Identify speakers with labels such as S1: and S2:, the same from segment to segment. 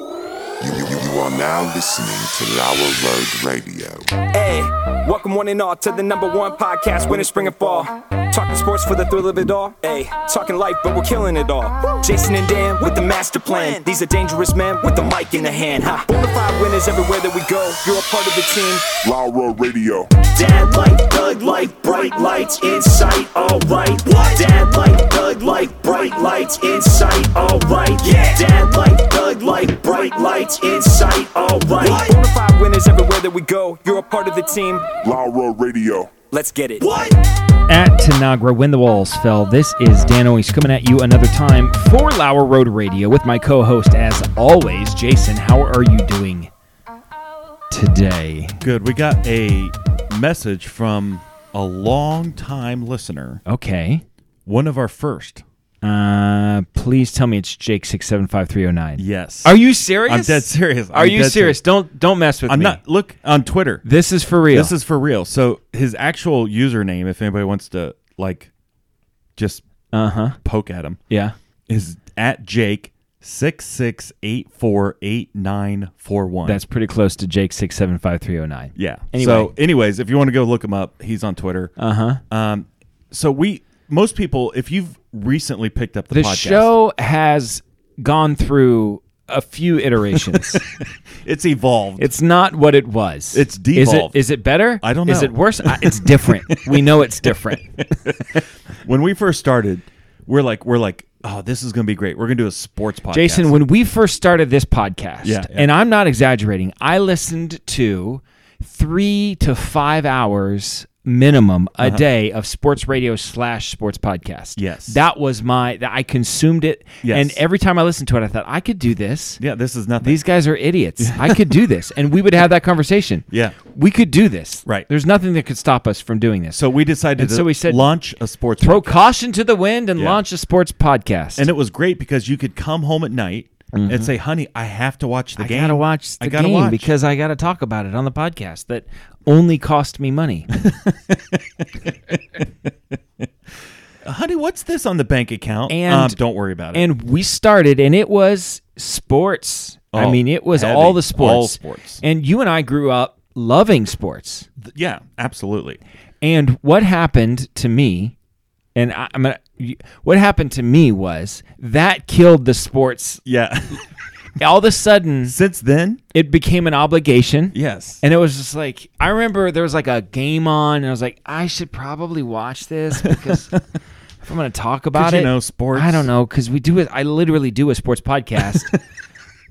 S1: You, you, you are now listening to Lower Road Radio.
S2: Hey, welcome one and all to the number one podcast, winter, spring, and fall. Talking sports for the thrill of it all. Hey, talking life, but we're killing it all. Jason and Dan with the master plan. These are dangerous men with the mic in the hand. Ha. Bonafide winners everywhere that we go. You're a part of the team.
S1: Lower Radio.
S2: Dad light, thug light, bright lights in sight, alright. Dad light, thug light, bright lights in sight, alright. Yeah. Dad light, thug light, bright lights in sight, alright. Bonafide winners everywhere that we go. You're a part of the team.
S1: Lower Radio.
S2: Let's get it.
S3: At Tanagra, when the walls fell, this is Dan Ois coming at you another time for Lower Road Radio with my co-host, as always, Jason. How are you doing today?
S4: Good. We got a message from a long time listener,
S3: Okay.
S4: one of our first.
S3: Uh, please tell me it's Jake six seven five three zero nine.
S4: Yes.
S3: Are you serious?
S4: I'm dead serious.
S3: Are
S4: I'm
S3: you
S4: dead
S3: serious? Don't don't mess with
S4: I'm
S3: me.
S4: not. Look on Twitter.
S3: This is for real.
S4: This is for real. So his actual username, if anybody wants to like, just
S3: uh huh.
S4: poke at him,
S3: Yeah.
S4: is at Jake six six eight four eight nine four one.
S3: That's pretty close to Jake six seven five three zero nine.
S4: yeah.
S3: Anyway.
S4: So, anyways, if you want to go look him up, he's on Twitter.
S3: Uh huh.
S4: Um, so we most people, if you've recently picked up the,
S3: The
S4: podcast,
S3: show has gone through a few iterations.
S4: it's evolved.
S3: It's not what it was.
S4: It's
S3: Is it,
S4: devolved.
S3: is it better?
S4: I don't
S3: Is
S4: know.
S3: it worse? I, it's different. we know it's different.
S4: when we first started, we're like, we're like, oh, this is gonna be great. We're gonna do a sports podcast.
S3: Jason, when we first started this podcast,
S4: Yeah, yeah.
S3: and I'm not exaggerating, I listened to three to five hours minimum a day of sports radio slash sports podcast.
S4: Uh-huh. Yes.
S3: That was my, that I consumed it.
S4: Yes.
S3: And every time I listened to it, I thought, I could do this.
S4: yeah, this is nothing.
S3: These guys are idiots. I could do this. And we would have that conversation.
S4: Yeah.
S3: We could do this.
S4: Right.
S3: There's nothing that could stop us from doing this.
S4: so we decided
S3: And
S4: to
S3: so we said-
S4: launch a sports
S3: throw
S4: podcast.
S3: caution to the wind and
S4: Yeah.
S3: launch a sports podcast.
S4: and it was great because you could come home at night and say, honey, I have to watch the
S3: Mm-hmm. I
S4: game.
S3: gotta watch the
S4: I gotta
S3: game
S4: watch.
S3: because I gotta talk about it on the podcast. That only cost me money.
S4: honey, what's this on the bank account?
S3: And-
S4: um, don't worry about it.
S3: and we started, and it was sports. I
S4: Oh,
S3: mean, it was
S4: heavy.
S3: all the sports.
S4: All sports.
S3: And you and I grew up loving sports.
S4: Th- yeah, absolutely.
S3: And what happened to me, and I, I'm gonna, you- what happened to me was that killed the sports.
S4: Yeah.
S3: All of a sudden,
S4: Since then,
S3: it became an obligation.
S4: yes.
S3: And it was just like I remember there was like a game on, and I was like, I should probably watch this because if I'm going to talk about
S4: you
S3: it,
S4: know sports.
S3: I don't know because we do it. I literally do a sports podcast.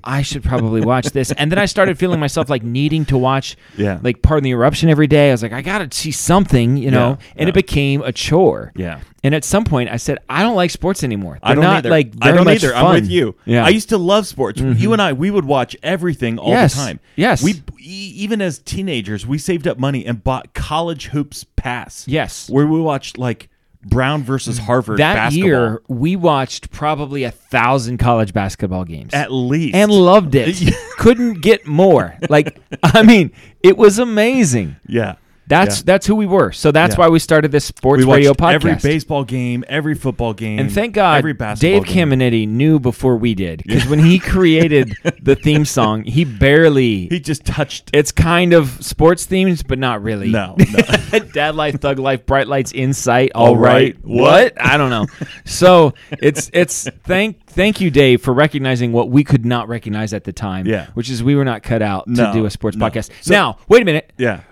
S3: I should probably watch this, and then I started feeling myself like needing to watch,
S4: Yeah.
S3: like Pardon the Eruption every day. I was like, I got to see something, you know,
S4: Yeah,
S3: and
S4: yeah.
S3: it became a chore.
S4: Yeah.
S3: And at some point, I said, I don't like sports anymore. They're
S4: I don't
S3: not
S4: either.
S3: like
S4: I
S3: very
S4: don't
S3: much
S4: either.
S3: fun."
S4: I'm with you.
S3: Yeah. Mm-hmm.
S4: I used to love sports. You and I, we would watch everything all
S3: Yes.
S4: the time.
S3: Yes.
S4: We e- even as teenagers, we saved up money and bought college hoops pass.
S3: Yes.
S4: Where we watched like Brown versus Harvard
S3: that
S4: basketball.
S3: year we watched probably a thousand college basketball games
S4: at least.
S3: and loved it couldn't get more like i mean it was amazing
S4: yeah.
S3: that's
S4: Yeah.
S3: that's who we were so that's
S4: Yeah.
S3: why we started this sports
S4: we watched
S3: radio podcast
S4: every baseball game, every football game,
S3: and thank god
S4: every basketball
S3: dave
S4: game.
S3: Caminiti knew before we did because when he created the theme song he barely
S4: He just touched.
S3: it's kind of sports themes but not really
S4: No, no.
S3: Dad life, thug life, bright lights, insight. all
S4: All
S3: right.
S4: right.
S3: What? I don't know. So it's it's thank thank you, Dave, for recognizing what we could not recognize at the time.
S4: Yeah.
S3: Which is we were not cut out to
S4: No,
S3: do a sports
S4: no.
S3: podcast.
S4: So-
S3: now, wait a minute.
S4: yeah.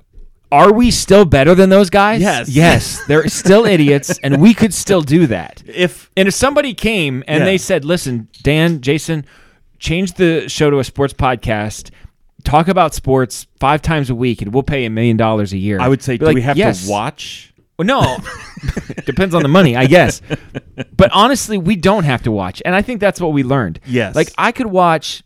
S3: Are we still better than those guys?
S4: Yes.
S3: Yes. They're still idiots, and we could still do that.
S4: If
S3: And if somebody came and
S4: Yeah.
S3: they said, "Listen, Dan, Jason, change the show to a sports podcast." Talk about sports five times a week, and we'll pay a million dollars a year.
S4: I would say,
S3: Be
S4: do
S3: like,
S4: we have
S3: "Yes."
S4: to watch?
S3: Well, no, depends on the money, I guess. But honestly, we don't have to watch, and I think that's what we learned.
S4: Yes.
S3: like I could watch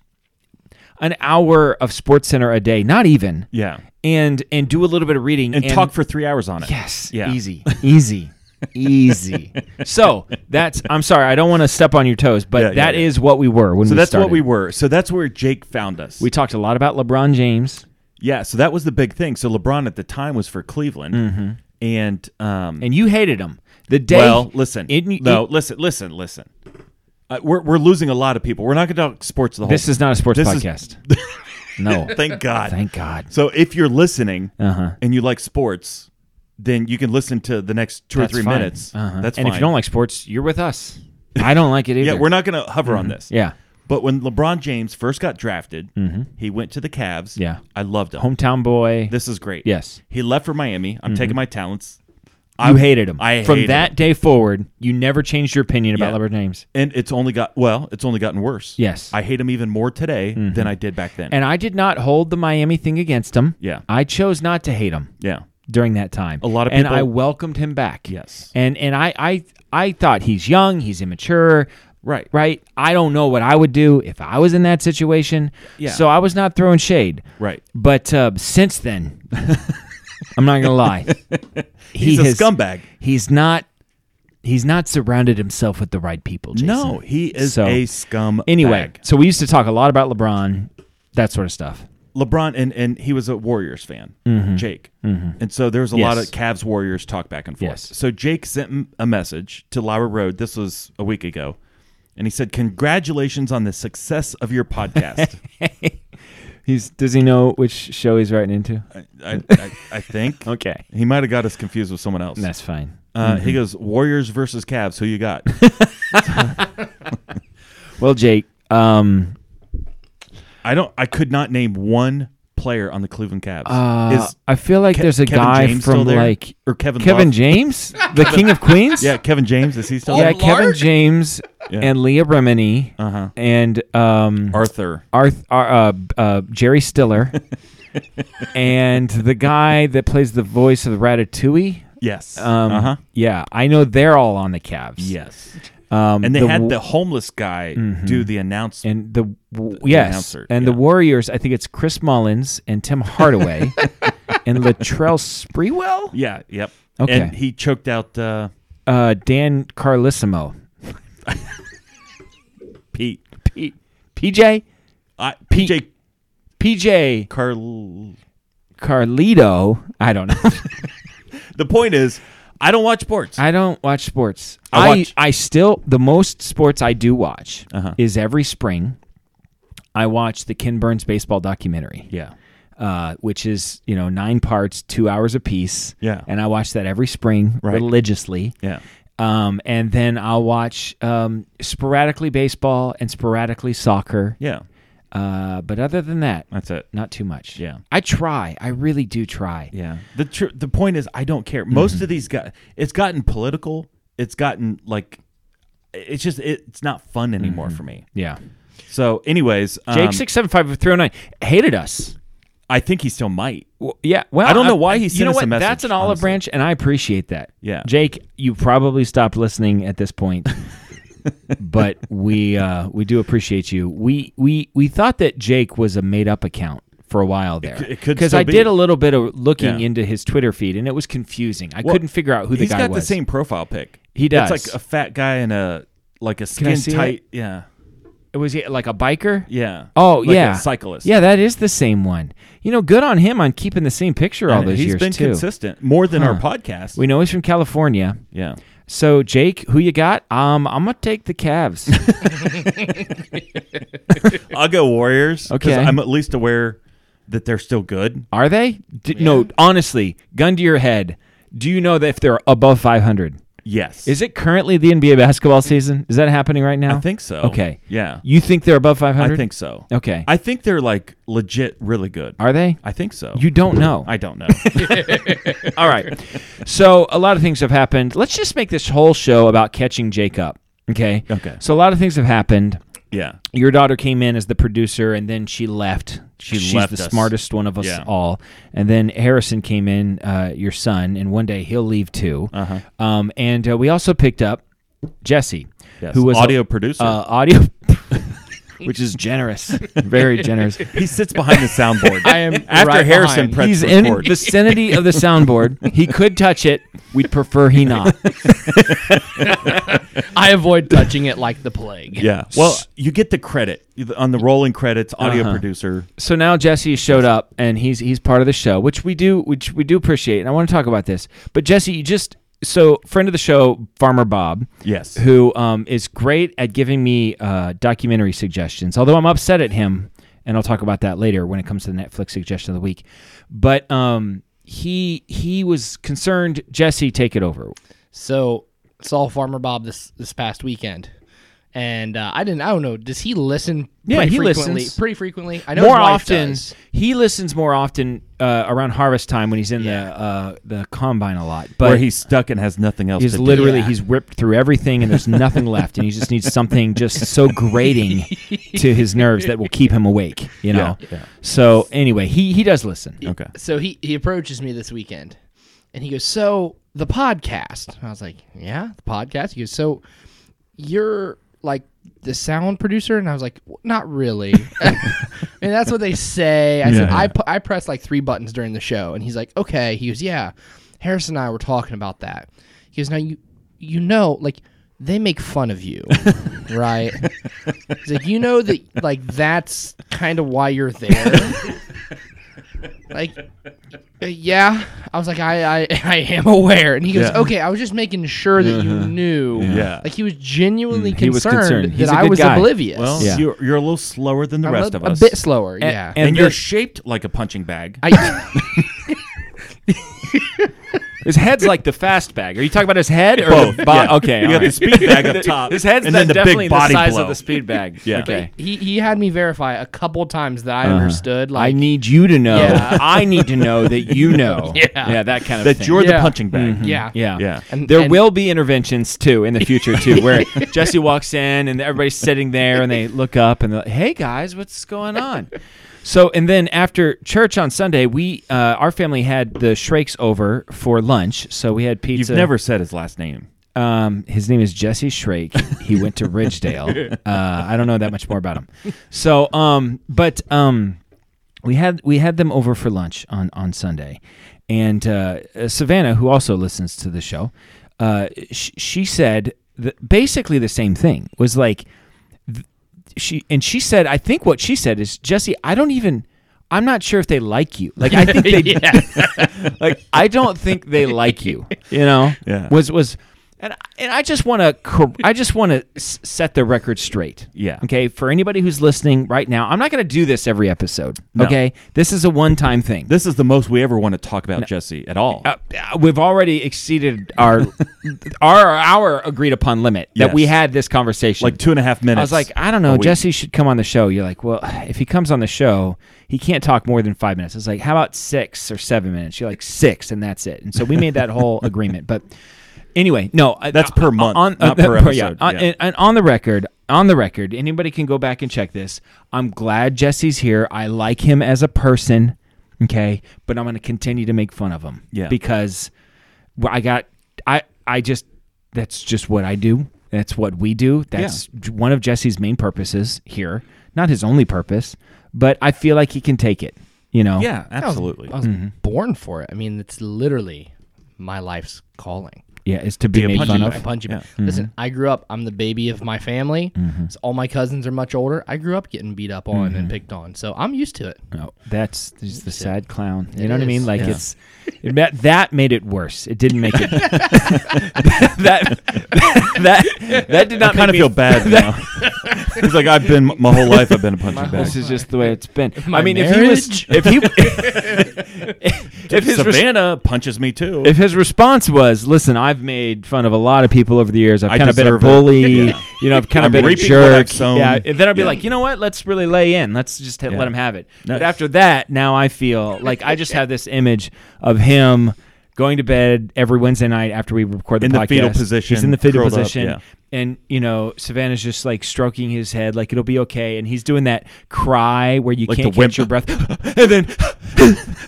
S3: an hour of Sports Center a day, not even,
S4: Yeah.
S3: and and do a little bit of reading
S4: And, talk for three hours on it.
S3: yes,
S4: Yeah.
S3: easy, easy, easy. So that's I'm sorry, I don't want to step on your toes, but
S4: Yeah,
S3: that
S4: yeah,
S3: is
S4: yeah.
S3: what we were when
S4: So
S3: we
S4: that's
S3: started.
S4: what we were. So that's where Jake found us.
S3: We talked a lot about LeBron James,
S4: Yeah, so that was the big thing. So LeBron at the time was for Cleveland,
S3: Mm-hmm.
S4: and um,
S3: and you hated him the day.
S4: well, listen,
S3: it- it-
S4: no, listen, listen, listen. Uh, we're, we're losing a lot of people. We're not going to talk sports the whole
S3: This is not a sports
S4: This is-
S3: podcast. no.
S4: Thank God.
S3: Thank God.
S4: So if you're listening
S3: Uh-huh.
S4: and you like sports, then you can listen to the next two
S3: That's
S4: or three
S3: fine.
S4: minutes.
S3: Uh-huh.
S4: That's
S3: and
S4: fine.
S3: if you don't like sports, you're with us. I don't like it either. Mm-hmm.
S4: yeah, we're not going to hover on this.
S3: Yeah. Mm-hmm.
S4: But when LeBron James first got drafted, he went to the Cavs.
S3: Yeah.
S4: I loved him.
S3: Hometown boy.
S4: This is great.
S3: Yes.
S4: He left for Miami.
S3: Mm-hmm.
S4: I'm taking my talents.
S3: you hated him.
S4: I
S3: From
S4: hated
S3: that
S4: him.
S3: day forward, you never changed your opinion about
S4: Yeah.
S3: LeBron James.
S4: And it's only got well, it's only gotten worse.
S3: Yes. Mm-hmm.
S4: I hate him even more today than I did back then.
S3: And I did not hold the Miami thing against him.
S4: Yeah.
S3: I chose not to hate him
S4: yeah.
S3: during that time.
S4: A lot of
S3: and
S4: people-
S3: I welcomed him back.
S4: Yes.
S3: And and I I I thought he's young, he's immature.
S4: Right.
S3: Right? I don't know what I would do if I was in that situation.
S4: Yeah.
S3: So I was not throwing shade.
S4: Right.
S3: But uh, since then, I'm not gonna lie.
S4: He's
S3: he
S4: a
S3: has-
S4: scumbag.
S3: He's not. He's not surrounded himself with the right people. Jason.
S4: No, he is
S3: So,
S4: a scumbag.
S3: Anyway, so we used to talk a lot about LeBron, that sort of stuff.
S4: LeBron and and he was a Warriors fan, Jake, and so there was a lot
S3: Mm-hmm. Yes.
S4: of Cavs Warriors talk back and forth.
S3: Yes.
S4: So Jake sent m- a message to Lyra Road. This was a week ago, and he said, "Congratulations on the success of your podcast."
S3: He's does he know which show he's writing into?
S4: I, I, I think
S3: Okay,
S4: he might have got us confused with someone else.
S3: that's fine.
S4: Uh,
S3: Mm-hmm.
S4: He goes, "Warriors versus Cavs. Who you got?"
S3: Well, Jake, um,
S4: I don't. I could not name one player on the Cleveland Cavs.
S3: uh,
S4: Is
S3: I feel like
S4: Ke-
S3: there's a
S4: Kevin
S3: guy
S4: James still
S3: from
S4: there?
S3: like
S4: or Kevin
S3: Kevin
S4: Love?
S3: James, the King of Queens.
S4: Yeah, Kevin James. Is he still?
S3: yeah,
S4: there?
S3: Kevin
S5: Lord?
S3: James
S4: Yeah.
S3: and Leah Remini
S4: Uh-huh.
S3: and um,
S4: Arthur.
S3: Arth- Ar- uh, uh, Jerry Stiller, and the guy that plays the voice of Ratatouille.
S4: Yes.
S3: Um,
S4: uh huh.
S3: Yeah, I know they're all on the Cavs.
S4: Yes.
S3: um,
S4: and they had
S3: w- Mm-hmm.
S4: the homeless guy do the announcement.
S3: and the w- yes,
S4: announcer,
S3: and the
S4: yeah.
S3: Warriors. I think it's Chris Mullins and Tim Hardaway and Latrell Sprewell,
S4: yeah, yep.
S3: Okay.
S4: And he choked out uh,
S3: uh, Dan Carlissimo,
S4: Pete.
S3: P- PJ,
S4: I, PJ
S3: PJ
S4: Carl.
S3: Carlito. I don't know.
S4: The point is, I don't watch sports.
S3: I don't watch sports.
S4: I
S3: I
S4: watch-
S3: I still the most sports I do watch
S4: Uh-huh.
S3: is every spring. I watch the Ken Burns baseball documentary.
S4: yeah.
S3: uh, which is you know nine parts, two hours apiece.
S4: Yeah.
S3: and I watch that every spring
S4: Right.
S3: religiously.
S4: Yeah.
S3: Um, and then I'll watch um, sporadically baseball and sporadically soccer.
S4: Yeah.
S3: Uh, but other than that,
S4: That's it.
S3: not too much.
S4: Yeah.
S3: I try. I really do try.
S4: Yeah. The tr- the point is, I don't care. Most
S3: Mm-hmm.
S4: of these guys, it's gotten political. It's gotten like, it's just it's not fun anymore for me.
S3: Yeah.
S4: So, anyways, um,
S3: Mm-hmm. Jake six seven five three zero nine hated us.
S4: I think he still might.
S3: Well, yeah. Well,
S4: I don't know why he
S3: you
S4: sent
S3: know
S4: us a
S3: what?
S4: message,
S3: That's an olive
S4: honestly.
S3: branch, and I appreciate that.
S4: Yeah.
S3: Jake, you probably stopped listening at this point, but we uh, we do appreciate you. We we we thought that Jake was a made up account for a while there
S4: c- it could
S3: because
S4: still
S3: I
S4: be.
S3: did a little bit of looking
S4: Yeah.
S3: into his Twitter feed, and it was confusing. I
S4: Well,
S3: couldn't figure out who the
S4: He's
S3: guy
S4: got
S3: was.
S4: the same profile pic.
S3: He does.
S4: It's like a fat guy in a like a
S3: I
S4: skin
S3: see
S4: tight. Yeah.
S3: was he like a biker?
S4: Yeah.
S3: Oh
S4: Like a
S3: yeah,
S4: cyclist.
S3: Yeah, that is the same one. You know, good on him on keeping the same picture all
S4: And
S3: those
S4: he's
S3: years
S4: been
S3: too.
S4: consistent more than our podcast.
S3: We know he's from California.
S4: yeah.
S3: So Jake, who you got? Um, I'm gonna take the Cavs.
S4: I'll go Warriors. 'cause
S3: Okay.
S4: I'm at least aware that they're still good.
S3: Are they?
S4: Oh,
S3: D- No, honestly, gun to your head. Do you know that if they're above 500?
S4: Yes.
S3: Is it currently the NBA basketball season? Is that happening right now?
S4: I think so.
S3: Okay.
S4: Yeah.
S3: You think they're above 500?
S4: I think so.
S3: Okay.
S4: I think they're like legit really good.
S3: Are they?
S4: I think so.
S3: You don't know.
S4: I don't know.
S3: All right. So a lot of things have happened. Let's just make this whole show about catching Jake up. Okay.
S4: Okay.
S3: So a lot of things have happened.
S4: yeah.
S3: your daughter came in as the producer and then she left.
S4: She
S3: She's
S4: left
S3: the
S4: us.
S3: smartest one of us
S4: Yeah.
S3: all. And then Harrison came in, uh, your son, and one day he'll leave too. Uh-huh. Um, and uh, we also picked up Jesse,
S4: Yes.
S3: who was
S4: audio
S3: a,
S4: producer?
S3: uh, audio, which is generous, very generous.
S4: he sits behind the soundboard.
S3: I am
S4: after
S3: right
S4: Harrison
S3: behind.
S4: pressed
S3: He's
S4: record.
S3: in vicinity of the soundboard. He could touch it. We'd prefer he not.
S5: I avoid touching it like the plague.
S4: yeah. Well, you get the credit on the rolling credits. Audio
S3: Uh-huh.
S4: producer.
S3: so now Jesse showed up and he's he's part of the show, which we do which we do appreciate, and I want to talk about this. But Jesse, you just so friend of the show, Farmer Bob.
S4: Yes.
S3: Who um, is great at giving me uh, documentary suggestions, although I'm upset at him, and I'll talk about that later when it comes to the Netflix suggestion of the week. But um, he he was concerned. Jesse, take it over.
S5: So saw Farmer Bob this this past weekend, and uh, I didn't. I don't know. Does he listen?
S3: Yeah,
S5: pretty
S3: he
S5: frequently,
S3: listens.
S5: pretty frequently. I know
S3: more
S5: his wife
S3: often
S5: does.
S3: he listens more often uh, around harvest time when he's in the uh, the combine a lot. But
S4: where he's stuck and has nothing else
S3: He's
S4: to do.
S3: literally
S5: Yeah.
S3: he's ripped through everything and there's nothing left and he just needs something just so grating to his nerves that will keep him awake, you know.
S4: Yeah, yeah.
S3: So anyway, he he does listen.
S4: Okay.
S5: So he he approaches me this weekend, and he goes, "So the podcast." And I was like, "Yeah, the podcast." He goes, "So you're like the sound producer?" And I was like, "W- "Not really." and that's what they say. I said,
S4: Yeah,
S5: "I
S4: yeah.
S5: pu- I pressed like three buttons during the show," and he's like, "Okay." He goes, "Yeah." Harrison and I were talking about that. He goes, "Now you you know like." They make fun of you, right? He's like, you know that, like that's kind of why you're there. like uh, yeah i was like i i, I am aware and he goes
S4: Yeah.
S5: okay i was just making sure that you knew
S4: Yeah.
S5: like he was genuinely
S3: Uh-huh. Mm, he was
S5: concerned,
S3: concerned. He's
S5: that
S3: a
S5: I
S3: good
S5: was
S3: guy.
S5: oblivious
S4: Well,
S3: Yeah.
S4: you're, you're a little slower than the
S5: I'm
S4: rest
S5: a,
S4: of us.
S5: a bit slower yeah
S4: And,
S3: And
S4: you're
S3: the-
S4: shaped like a punching bag.
S5: I,
S3: His head's like the fast bag. Are you talking about his head or
S4: Both,
S3: the bo-
S4: yeah.
S3: okay?
S4: You
S3: all
S4: got the
S3: right.
S4: speed bag up top,
S3: His head's
S4: and
S3: the-
S4: then the big
S3: definitely
S4: body
S3: the size
S4: blow.
S3: of the speed bag.
S4: Yeah.
S3: Okay.
S5: he, he had me verify a couple times that i understood like
S3: Uh-huh. I need you to know.
S5: Yeah.
S3: I need to know that you know.
S5: Yeah.
S3: that kind of
S4: that
S3: thing. Mm-hmm.
S4: you're the
S5: Yeah.
S4: punching bag.
S5: yeah
S3: Yeah.
S4: Yeah.
S5: And-
S3: there
S5: and-
S3: will be interventions too in the future too, where Jesse walks in and everybody's sitting there and they look up and they're like, "Hey guys, what's going on?" So and then after church on Sunday, we uh, our family had the Shrakes over for lunch. So we had
S4: You've
S3: pizza.
S4: never said his last name.
S3: Um, his name is Jesse Shrake. He went to Ridgedale. uh, I don't know that much more about him. So, um, but um, we had we had them over for lunch on on Sunday, and uh, uh, Savannah, who also listens to the show, uh, sh- she said th- basically the same thing. Was like she and she said, I think what she said is Jesse, I don't even. I'm not sure if they like you. Like I think they like I don't think they like you. You know,
S4: Yeah.
S3: was was, and and I just want to I just want to s- set the record straight.
S4: Yeah.
S3: Okay. For anybody who's listening right now, I'm not going to do this every episode. Okay. This is a one time thing.
S4: This is the most we ever want to talk about Jesse at all.
S3: uh, uh, we've already exceeded our our our agreed upon limit that we
S4: Yes.
S3: had this conversation
S4: like two and a half minutes.
S3: I was like, I don't
S4: a
S3: know.
S4: week.
S3: Jesse should come on the show. You're like, well, if he comes on the show, he can't talk more than five minutes. I was like, how about six or seven minutes? You're like, six, and that's it. And so we made that whole agreement. But anyway, no, I- uh,
S4: That's per month, not per episode.
S3: on-
S4: Yeah.
S3: and, and on the record, on the record, anybody can go back and check this. I'm glad Jesse's here. I like him as a person. Okay, but I'm going to continue to make fun of him.
S4: Yeah.
S3: because well, I got I I just that's just what I do. That's what we do. That's j- one of Jesse's main purposes here. Not his only purpose, but I feel like he can take it. You know.
S4: yeah, absolutely.
S5: i was born for it i mean it's literally my life's calling
S3: Yeah, is to be,
S4: a
S3: made
S4: punching
S3: fun
S5: I
S3: of.
S4: bag.
S5: punch you.
S4: Yeah.
S3: Mm-hmm.
S5: Listen, I grew up. I'm the baby of my family. So all my cousins are much older. I grew up getting beat up on
S3: Mm-hmm.
S5: and picked on, so I'm used to it.
S3: No, Oh, that's just the sad clown. You
S5: It
S3: know what I mean?
S5: is.
S3: Like
S5: Yeah.
S3: it's it, ma- that made it worse. It didn't make it that that that did not
S4: I kind of
S3: make me
S4: feel bad now. He's like, I've been my whole life. I've been a punching bag.
S3: This is just the way it's been.
S5: My
S3: I mean, if he was, if he, if his res-
S4: Savannah punches me too.
S3: if his response was, "Listen, I've made fun of a lot of people over the years. I've
S4: I
S3: kind of been a
S4: deserve it."
S3: bully.
S4: Yeah.
S3: You know, I've kind
S4: I'm
S3: of been a
S4: reaping
S3: jerk.
S4: what I've sown.
S3: Yeah." and then I'd be
S4: Yeah.
S3: like, "You know what? Let's really lay in. Let's just hit, let
S4: Yeah.
S3: him have it." But
S4: Nice.
S3: after that, now I feel like I just have this image of him going to bed every Wednesday night after we record the
S4: In the
S3: podcast.
S4: fetal position,
S3: He's in the fetal
S4: curled up,
S3: position.
S4: yeah.
S3: And you know Savannah's just like stroking his head, like it'll be okay. And he's doing that cry where you
S4: Like
S3: can't
S4: the wimp.
S3: catch your breath, and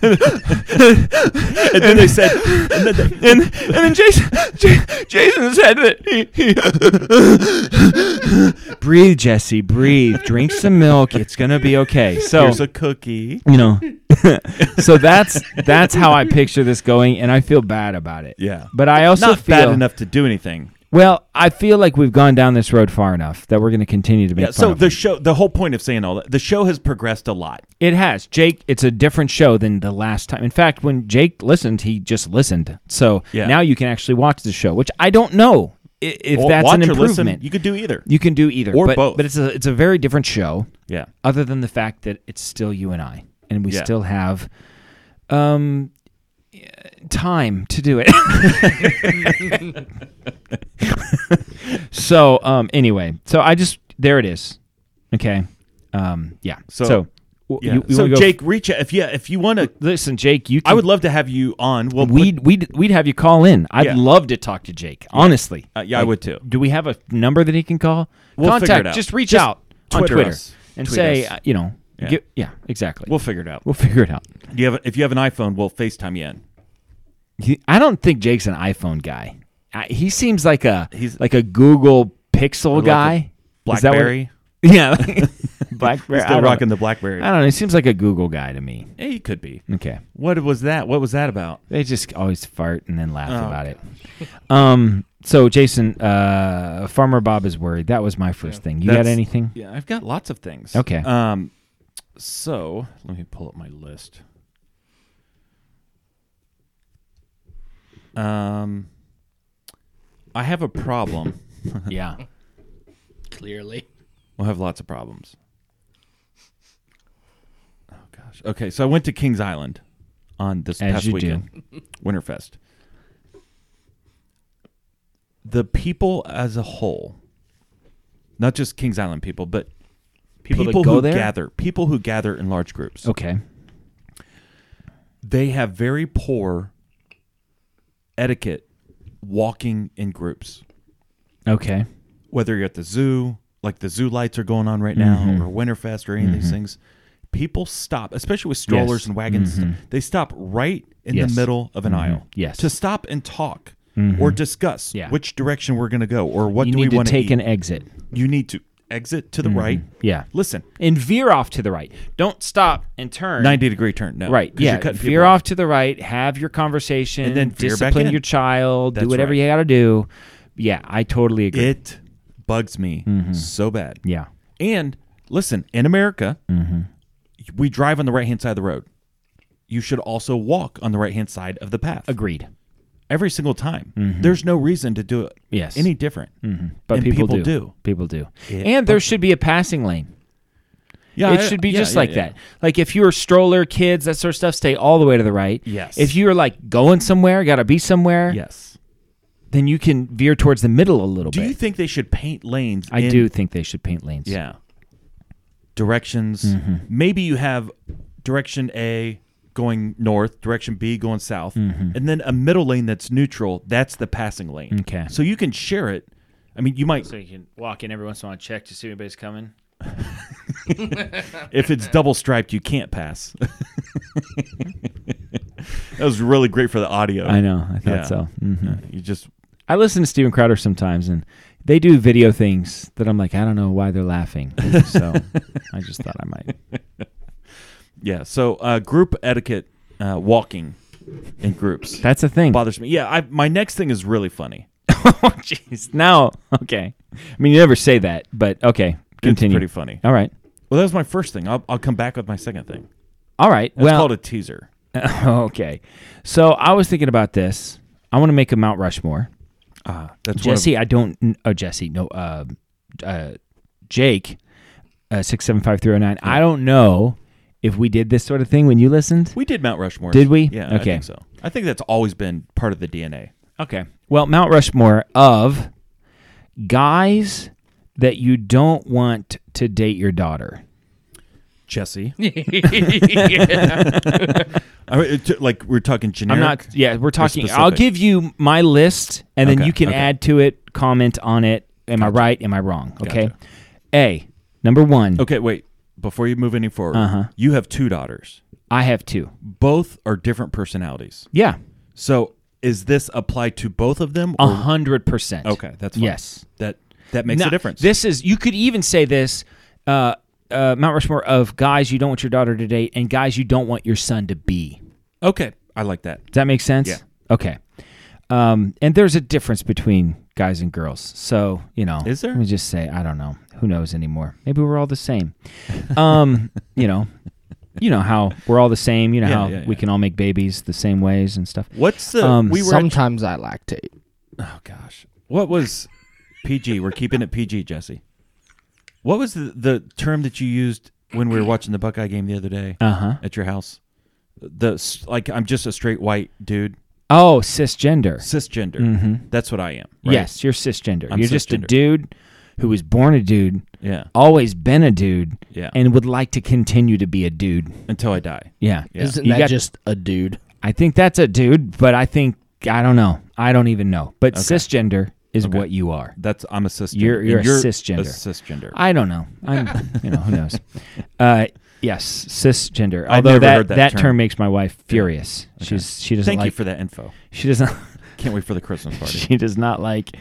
S3: then
S4: and then they said, and then they-
S3: and and then Jason J- Jason said that he, he breathe, Jesse, breathe. Drink some milk. It's gonna be okay. So
S4: here's a cookie.
S3: you know, so that's that's how I picture this going, and I feel bad about it.
S4: Yeah.
S3: but I also
S4: Not
S3: feel
S4: bad enough to do anything.
S3: Well, I feel like we've gone down this road far enough that we're going to continue to make
S4: Yeah.
S3: fun
S4: So
S3: of
S4: the
S3: him.
S4: show, the whole point of saying all that, the show has progressed a lot.
S3: It has. Jake, it's a different show than the last time. In fact, when Jake listened, he just listened. So
S4: Yeah.
S3: now you can actually watch the show, which I don't know i- if
S4: Wa-
S3: that's
S4: watch
S3: an
S4: or listen,
S3: improvement.
S4: you could do either.
S3: You can do either
S4: Or
S3: but,
S4: both.
S3: But it's a it's a very different show,
S4: yeah.
S3: other than the fact that it's still you and I, and we
S4: Yeah.
S3: still have um eh, time to do it. so um anyway, so I just there it is. Okay. Um yeah. So,
S4: So-
S3: w-
S4: Yeah.
S3: you- you
S4: so
S3: wanna go-
S4: Jake, reach out if you if you want to.
S3: listen, Jake, you can,
S4: I would love to have you on. Well,
S3: we'd we'd we'd have you call in. I'd
S4: Yeah.
S3: love to talk to Jake. Honestly.
S4: Uh, yeah, I would too.
S3: Do we have a number that he can call?
S4: We'll
S3: Contact.
S4: figure it out.
S3: Just reach
S4: Just
S3: out on
S4: Twitter
S3: Twitter
S4: us.
S3: and
S4: Tweet
S3: say
S4: us.
S3: uh, you know
S4: Yeah.
S3: gi- yeah exactly.
S4: we'll figure it out.
S3: We'll figure it out.
S4: Do you have if you have an iPhone, we'll FaceTime you in.
S3: He, I don't think Jake's an iPhone guy. I, he seems like a
S4: He's-
S3: like a Google Pixel
S4: a
S3: guy. Is that what-
S4: BlackBerry.
S3: yeah, BlackBerry. I
S4: Still
S3: don't
S4: rocking
S3: know.
S4: the BlackBerry.
S3: I don't know. He seems like a Google guy to me.
S4: Hey, you could be.
S3: Okay.
S4: What was that? What was that about?
S3: They just always fart and then laugh about it. Um. So Jason, uh, Farmer Bob is worried. That was my first thing. You got
S4: That's-
S3: anything?
S4: Yeah, I've got lots of things.
S3: Okay.
S4: Um, so let me pull up my list. Um, I have a problem.
S3: Yeah.
S5: Clearly.
S4: we'll have lots of problems. Oh gosh. Okay, so I went to Kings Island on this
S3: As
S4: past
S3: you do.
S4: weekend, Winterfest. The people as a whole, not just Kings Island people, but
S3: People that go
S4: who
S3: there?
S4: gather, people who gather in large groups,
S3: Okay.
S4: they have very poor etiquette walking in groups.
S3: Okay.
S4: whether you're at the zoo, like the zoo lights are going on right now,
S3: Mm-hmm.
S4: or Winterfest, or any of these things, people stop, especially with strollers
S3: Yes. Mm-hmm.
S4: and wagons. They stop right in
S3: Yes. Mm-hmm.
S4: the middle of an aisle.
S3: Yes. Mm-hmm.
S4: to stop and talk or discuss
S3: Yeah.
S4: which direction we're going to go or what
S3: you
S4: do
S3: need
S4: we
S3: to
S4: want
S3: take
S4: eat.
S3: an exit
S4: you need to exit to the right.
S3: Yeah.
S4: listen,
S3: and veer off to the right. Don't stop and turn.
S4: ninety degree turn. No,
S3: Right.
S4: 'cause
S3: Yeah.
S4: you're cutting
S3: veer
S4: people
S3: off to the right. Have your conversation.
S4: And then veer back
S3: discipline
S4: in.
S3: your child. do
S4: That's
S3: whatever
S4: right.
S3: you got to do. Yeah, I totally agree.
S4: It bugs me
S3: Mm-hmm.
S4: so bad.
S3: yeah.
S4: And listen, in America,
S3: Mm-hmm.
S4: we drive on the right hand side of the road. You should also walk on the right hand side of the path.
S3: Agreed.
S4: Every single time. There's no reason to do it
S3: Mm-hmm. Yes. Mm-hmm.
S4: any different.
S3: But
S4: And
S3: people,
S4: people
S3: do.
S4: do.
S3: People do. and there should be a passing lane.
S4: Yeah,
S3: it
S4: I-
S3: should be
S4: yeah,
S3: just
S4: yeah,
S3: like
S4: yeah.
S3: that. Like if you're a stroller, kids, that sort of stuff, stay all the way to the right.
S4: Yes.
S3: If you're like going somewhere, got to be somewhere,
S4: Yes.
S3: then you can veer towards the middle a little
S4: Do
S3: bit.
S4: you think they should paint lanes?
S3: I
S4: in-
S3: do think they should paint lanes.
S4: Yeah. Directions.
S3: Mm-hmm.
S4: Maybe you have direction A going north, direction B going south,
S3: Mm-hmm.
S4: and then a middle lane that's neutral. That's the passing lane.
S3: Okay.
S4: So you can share it. I mean, you might
S3: So you can walk in every once in a while, check to see if anybody's coming.
S4: if it's double striped, you can't pass. that was really great for the audio.
S3: I know. I thought
S4: Yeah.
S3: so. hmm
S4: You just
S3: I listen to Steven Crowder sometimes, and they do video things that I'm like, I don't know why they're laughing. So I just thought I might.
S4: yeah. So uh, group etiquette, uh, walking in groups
S3: That's a thing.
S4: bothers me. Yeah. I, my next thing is really funny.
S3: Jeez. Now, okay. I mean, you never say that, but okay. Continue.
S4: It's pretty funny.
S3: All right.
S4: Well, that was my first thing. I'll, I'll come back with my second thing.
S3: All right.
S4: That's
S3: well,
S4: called a teaser.
S3: okay. So I was thinking about this. I want to make a Mount Rushmore.
S4: Uh, that's one of-
S3: Jesse, I don't. kn- Oh, Jesse, no. Uh, uh, Jake, uh, six seven five three zero nine. I don't know if we did this sort of thing when you listened.
S4: we did Mount Rushmore.
S3: Did we?
S4: Yeah. I
S3: Okay.
S4: think so I think that's always been part of the DNA.
S3: Okay. Well, Mount Rushmore of guys that you don't want to date your daughter.
S4: Jesse. I mean, it- like we're talking generic.
S3: I'm not. Yeah, we're talking.
S4: specific?
S3: I'll give you my list, and then
S4: Okay,
S3: you can
S4: okay.
S3: add to it, comment on it. Am I right? Am I wrong? Okay. A number one.
S4: Okay, wait. Before you move any forward,
S3: Uh-huh.
S4: you have two daughters.
S3: I have two.
S4: Both are different personalities.
S3: Yeah,
S4: So is this applied to both of them?
S3: a
S4: or-
S3: hundred percent.
S4: Oh. Okay, that's fine.
S3: yes.
S4: That that makes
S3: Now,
S4: a difference.
S3: This is. You could even say this. Uh, uh, Mount Rushmore of guys you don't want your daughter to date and guys you don't want your son to be.
S4: okay, I like that.
S3: Does that make sense?
S4: Yeah.
S3: Okay. Um, and there's a difference between guys and girls. So, you know,
S4: Is there?
S3: Let me just say, I don't know. Who knows anymore? Maybe we're all the same. Um, you know, you know how we're all the same. You know
S4: Yeah,
S3: how
S4: yeah,
S3: we
S4: yeah.
S3: can all make babies the same ways and stuff.
S4: What's the
S3: Um,
S4: we were at-
S5: Sometimes I lactate.
S4: oh gosh what was PG? We're keeping it PG, Jesse. What was the, the term that you used when we were watching the Buckeye game the other day
S3: Uh huh.
S4: at your house? The s- like I'm just a straight white dude,
S3: Oh, cisgender.
S4: cisgender. That's what I am. right?
S3: Mm-hmm. Yes, you're cisgender.
S4: I'm
S3: you're just a
S4: cisgender.
S3: dude who was born a dude,
S4: Yeah.
S3: always been a dude,
S4: Yeah.
S3: and would like to continue to be a dude.
S4: Until I die.
S3: Yeah.
S5: Isn't
S3: You
S5: that
S3: got-
S5: just a dude?
S3: I think that's a dude, but I think I don't know. I don't even know. But cisgender is what you are.
S4: That's I'm a cisgender.
S3: You're-
S4: and
S3: you're a cisgender.
S4: cisgender.
S3: I don't know. I'm, you know, who knows? Uh, yes, cisgender.
S4: I've
S3: Although
S4: never
S3: that,
S4: heard that
S3: term.
S4: term.
S3: makes my wife furious. She's she doesn't
S4: Thank
S3: like
S4: you for that info.
S3: she doesn't
S4: Can't wait for the Christmas party.
S3: she does not like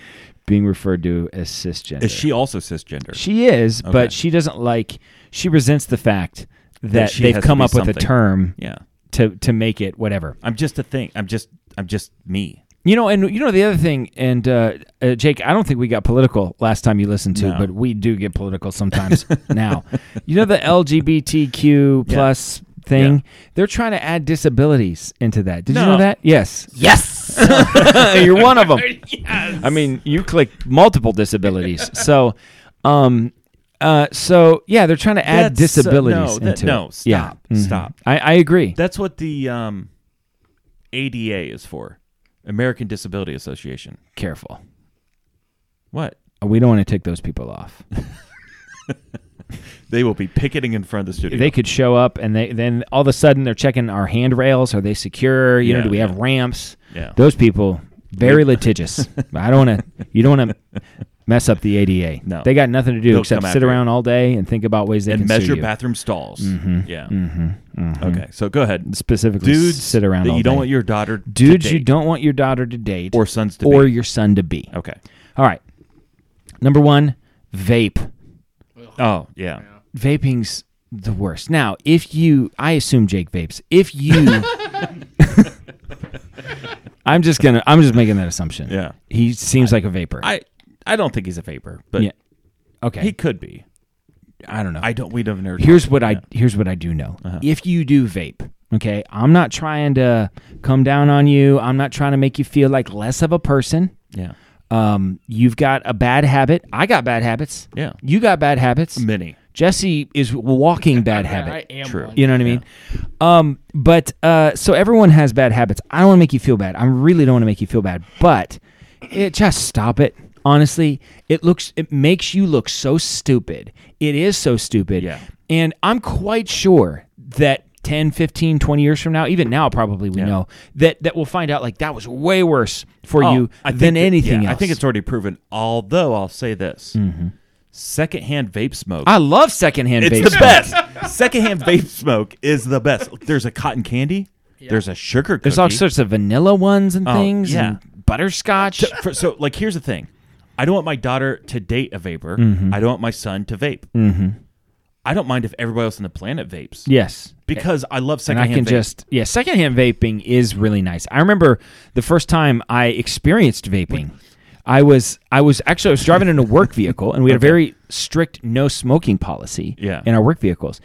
S3: being referred to as cisgender.
S4: Is she also cisgender?
S3: She is,
S4: Okay.
S3: but she doesn't like. She resents the fact that
S4: she
S3: they've
S4: has to
S3: come
S4: be
S3: up with a
S4: something.
S3: term
S4: yeah.
S3: to to make it whatever.
S4: I'm just a thing. I'm just I'm just me.
S3: You know, and you know the other thing, and uh, uh, Jake, I don't think we got political last time you listened to,
S4: No.
S3: but we do get political sometimes now. You know the LGBTQ plus thing?
S4: Yeah.
S3: They're trying to add disabilities into that. Did you know
S4: No.
S3: that? Yes.
S5: Yes.
S3: You're one of them. I mean, you click multiple disabilities. So, um, uh, so yeah, they're trying to add
S4: That's so-
S3: disabilities
S4: no, that-
S3: into
S4: no,
S3: it. Mm-hmm.
S4: stop, stop.
S3: I, I agree.
S4: That's what the um, ADA is for. American Disability Association.
S3: Careful.
S4: What?
S3: We don't want to take those people off.
S4: They will be picketing in front of the studio.
S3: They could show up, and they then all of a sudden they're checking our handrails. Are they secure? You know,
S4: Yeah,
S3: do we have
S4: yeah.
S3: ramps?
S4: Yeah.
S3: Those people very litigious. I don't want to. You don't want to mess up the ADA.
S4: No.
S3: they got nothing to do
S4: They'll
S3: except
S4: come
S3: sit
S4: after you.
S3: around all day and think about ways they
S4: and
S3: can
S4: measure
S3: sue you. Mm-hmm.
S4: bathroom stalls. Yeah. Okay, so go ahead.
S3: specifically
S4: Dudes
S3: sit around
S4: that
S3: all
S4: you don't
S3: day.
S4: want your daughter. to
S3: dudes you
S4: date
S3: don't want your daughter to date
S4: or sons to
S3: or
S4: be.
S3: your son to be.
S4: Okay.
S3: All right. Number one, vape.
S4: Oh yeah.
S3: Vaping's the worst. Now, if you, I assume Jake vapes. If you, I'm just gonna, I'm just making that assumption.
S4: Yeah.
S3: He seems like a vapor.
S4: I I don't think he's a vapor, but
S3: yeah. Okay.
S4: he could be.
S3: I don't know.
S4: I don't. We don't know. Uh-huh.
S3: here's what I here's what I do know. If you do vape, okay, I'm not trying to come down on you. I'm not trying to make you feel like less of a person.
S4: Yeah.
S3: Um, you've got a bad habit. I got bad habits.
S4: Yeah.
S3: You got bad habits.
S4: Many.
S3: Jesse is walking bad
S5: I
S3: habit.
S5: am
S4: True.
S5: one.
S3: You know what I mean? Um, but uh, so everyone has bad habits. I don't want to make you feel bad. I really don't want to make you feel bad. But it just stop it. Honestly, it looks it makes you look so stupid. It is so stupid.
S4: Yeah.
S3: And I'm quite sure that 10, 15, 20 years from now, even now probably we know that that we'll find out like that was way worse for
S4: Oh,
S3: you
S4: I think
S3: than
S4: that-
S3: anything
S4: yeah,
S3: else. Mm-hmm.
S4: I think it's already proven. Although I'll say this: secondhand vape smoke.
S3: I love secondhand
S4: it's
S3: vape
S4: the
S3: smoke.
S4: best. secondhand vape smoke is the best. There's a cotton candy. There's a sugar.
S3: There's
S4: cookie.
S3: all sorts of vanilla ones and
S4: Oh,
S3: things.
S4: yeah.
S3: And butterscotch.
S4: So- for- so like here's the thing i don't want my daughter to date a vapor
S3: Mm-hmm.
S4: i don't want my son to vape i don't mind if everybody else on the planet vapes
S3: yes.
S4: because i love
S3: And
S4: secondhand
S3: I can
S4: vape.
S3: just yeah, secondhand vaping is really nice. I remember the first time I experienced vaping. I was I was actually I was driving in a work vehicle and we had a very strict no smoking policy
S4: Yeah.
S3: in our work vehicles.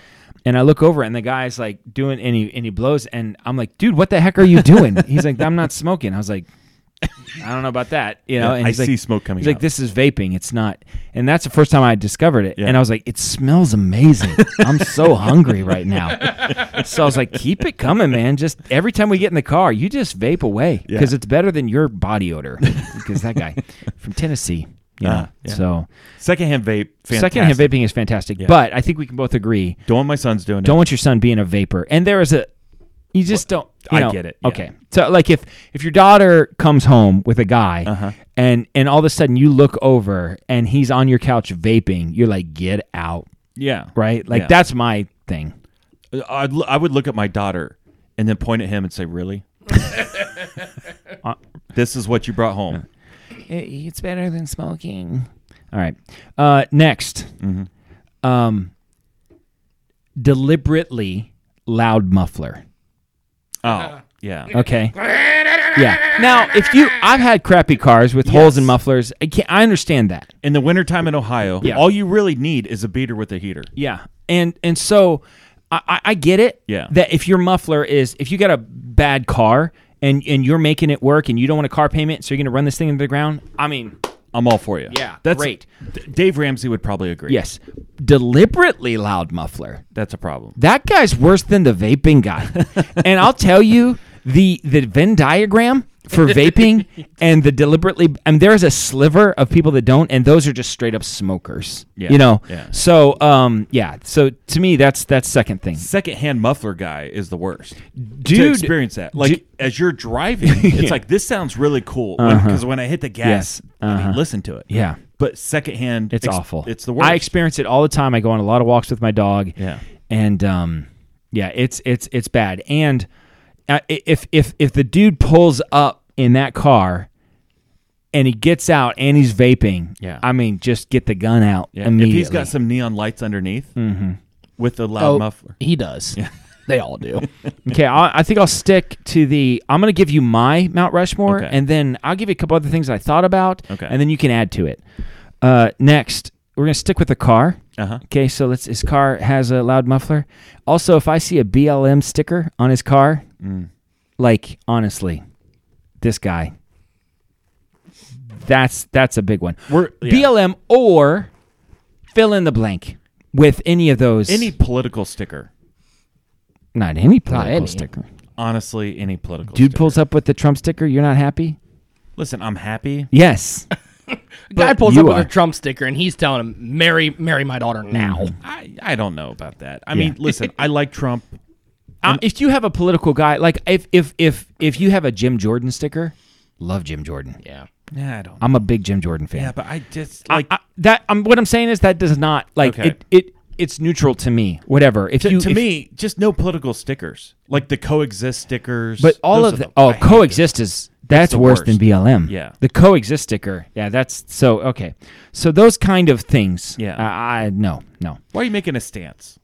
S3: And I look over and the guy's like doing and he and he blows and I'm like, dude, what the heck are you doing? He's like, I'm not smoking. I was like, I don't know about that. You know,
S4: Yeah,
S3: and
S4: I
S3: he's like-
S4: see smoke coming
S3: He's like,
S4: out.
S3: this is vaping. It's not. And that's the first time I discovered it.
S4: Yeah.
S3: And I was like, it smells amazing. I'm so hungry right now. So I was like, keep it coming, man. Just every time we get in the car, you just vape away
S4: Yeah.
S3: because it's better than your body odor. because that guy from Tennessee. Yeah.
S4: Ah, yeah.
S3: So
S4: secondhand vape fantastic.
S3: secondhand vaping is fantastic. But I think we can both agree
S4: don't want my son's doing
S3: don't want your son being a vapor. And there is a, you just don't. you
S4: I
S3: know,
S4: get it, yeah.
S3: Okay, so like if if your daughter comes home with a guy,
S4: Uh-huh.
S3: and and all of a sudden you look over and he's on your couch vaping, you're like, get out,
S4: it yeah
S3: right? Like
S4: Yeah. Uh,
S3: that's my thing.
S4: I'd, l- i would look at my daughter and then point at him and say really this is what you brought home
S3: It's better than smoking. All right. Uh, next,
S4: Mm-hmm.
S3: um, deliberately loud muffler.
S4: oh yeah
S3: Okay. Yeah. Now, if you, I've had crappy cars with holes and mufflers. I can I understand that.
S4: In the wintertime in Ohio,
S3: Yeah.
S4: all you really need is a beater with a heater.
S3: Yeah, and and so I, I- I get it.
S4: Yeah.
S3: That if your muffler is if you got a bad car and and you're making it work and you don't want a car payment, so you're gonna run this thing into the ground. I mean,
S4: I'm all for you.
S3: Yeah,
S4: that's
S3: great.
S4: D- Dave Ramsey would probably agree.
S3: yes, deliberately loud muffler.
S4: that's a problem.
S3: That guy's worse than the vaping guy. and I'll tell you the the Venn diagram for vaping and the deliberately I mean there is a sliver of people that don't and those are just straight up smokers.
S4: Yeah,
S3: You know.
S4: yeah.
S3: So um yeah, so to me that's that's second thing.
S4: Secondhand muffler guy is the worst. to
S3: Dude,
S4: experience that, like
S3: du-
S4: as you're driving, it's like this sounds really cool because when, I hit the gas,
S3: Uh-huh. Yes.
S4: I mean,
S3: Uh-huh.
S4: listen to it.
S3: Yeah.
S4: but secondhand,
S3: It's
S4: ex-
S3: awful.
S4: It's the worst.
S3: I experience it all the time. I go on a lot of walks with my dog.
S4: Yeah.
S3: And um, yeah, it's it's it's bad. And uh, i- if if if the dude pulls up in that car and he gets out and he's vaping,
S4: Yeah.
S3: I mean, just get the gun out
S4: Yeah. If
S3: immediately. Mm-hmm.
S4: he's got some neon lights underneath with the loud
S5: Oh,
S4: muffler,
S5: he does. They all do.
S3: Okay, I, I think I'll stick to the. I'm going to give you my Mount Rushmore,
S4: Okay.
S3: and then I'll give you a couple other things I thought about,
S4: Okay.
S3: and then you can add to it. Uh, next, we're going to stick with the car.
S4: Uh-huh.
S3: Okay, so let's. His car has a loud muffler. Also, if I see a BLM sticker on his car,
S4: Mm.
S3: like honestly, this guy. That's that's a big one.
S4: We're- yeah.
S3: BLM or fill in the blank with any of those.
S4: any political sticker,
S3: not any political
S5: any.
S3: sticker.
S4: honestly, any political
S3: Dude
S4: sticker.
S3: pulls up with the Trump sticker. You're not happy?
S4: Listen, I'm happy.
S3: Yes.
S5: Guy pulls
S3: you
S5: up with
S3: are. Mm-hmm.
S5: a Trump sticker and he's telling him, "Marry, marry my daughter now."
S4: I, I don't know about that. I mean, listen, I like Trump.
S3: Uh, if you have a political guy, like if if if if you have a Jim Jordan sticker, love Jim Jordan.
S5: Yeah.
S4: Yeah, I don't.
S3: I'm a big Jim Jordan fan.
S4: yeah, but I just like
S3: I, that I'm what I'm saying is that does not like
S4: Okay.
S3: it it it's neutral to me. Whatever. If
S4: to,
S3: you
S4: to
S3: if-
S4: me, just no political stickers, like the coexist stickers.
S3: but all
S4: those
S3: of
S4: are
S3: the oh
S4: I hate
S3: coexist is that's
S4: the
S3: worse than
S4: worst.
S3: BLM.
S4: Yeah.
S3: The coexist sticker. Yeah, that's so okay. So those kind of things.
S4: Yeah.
S3: I, I no no.
S4: Why are you making a stance?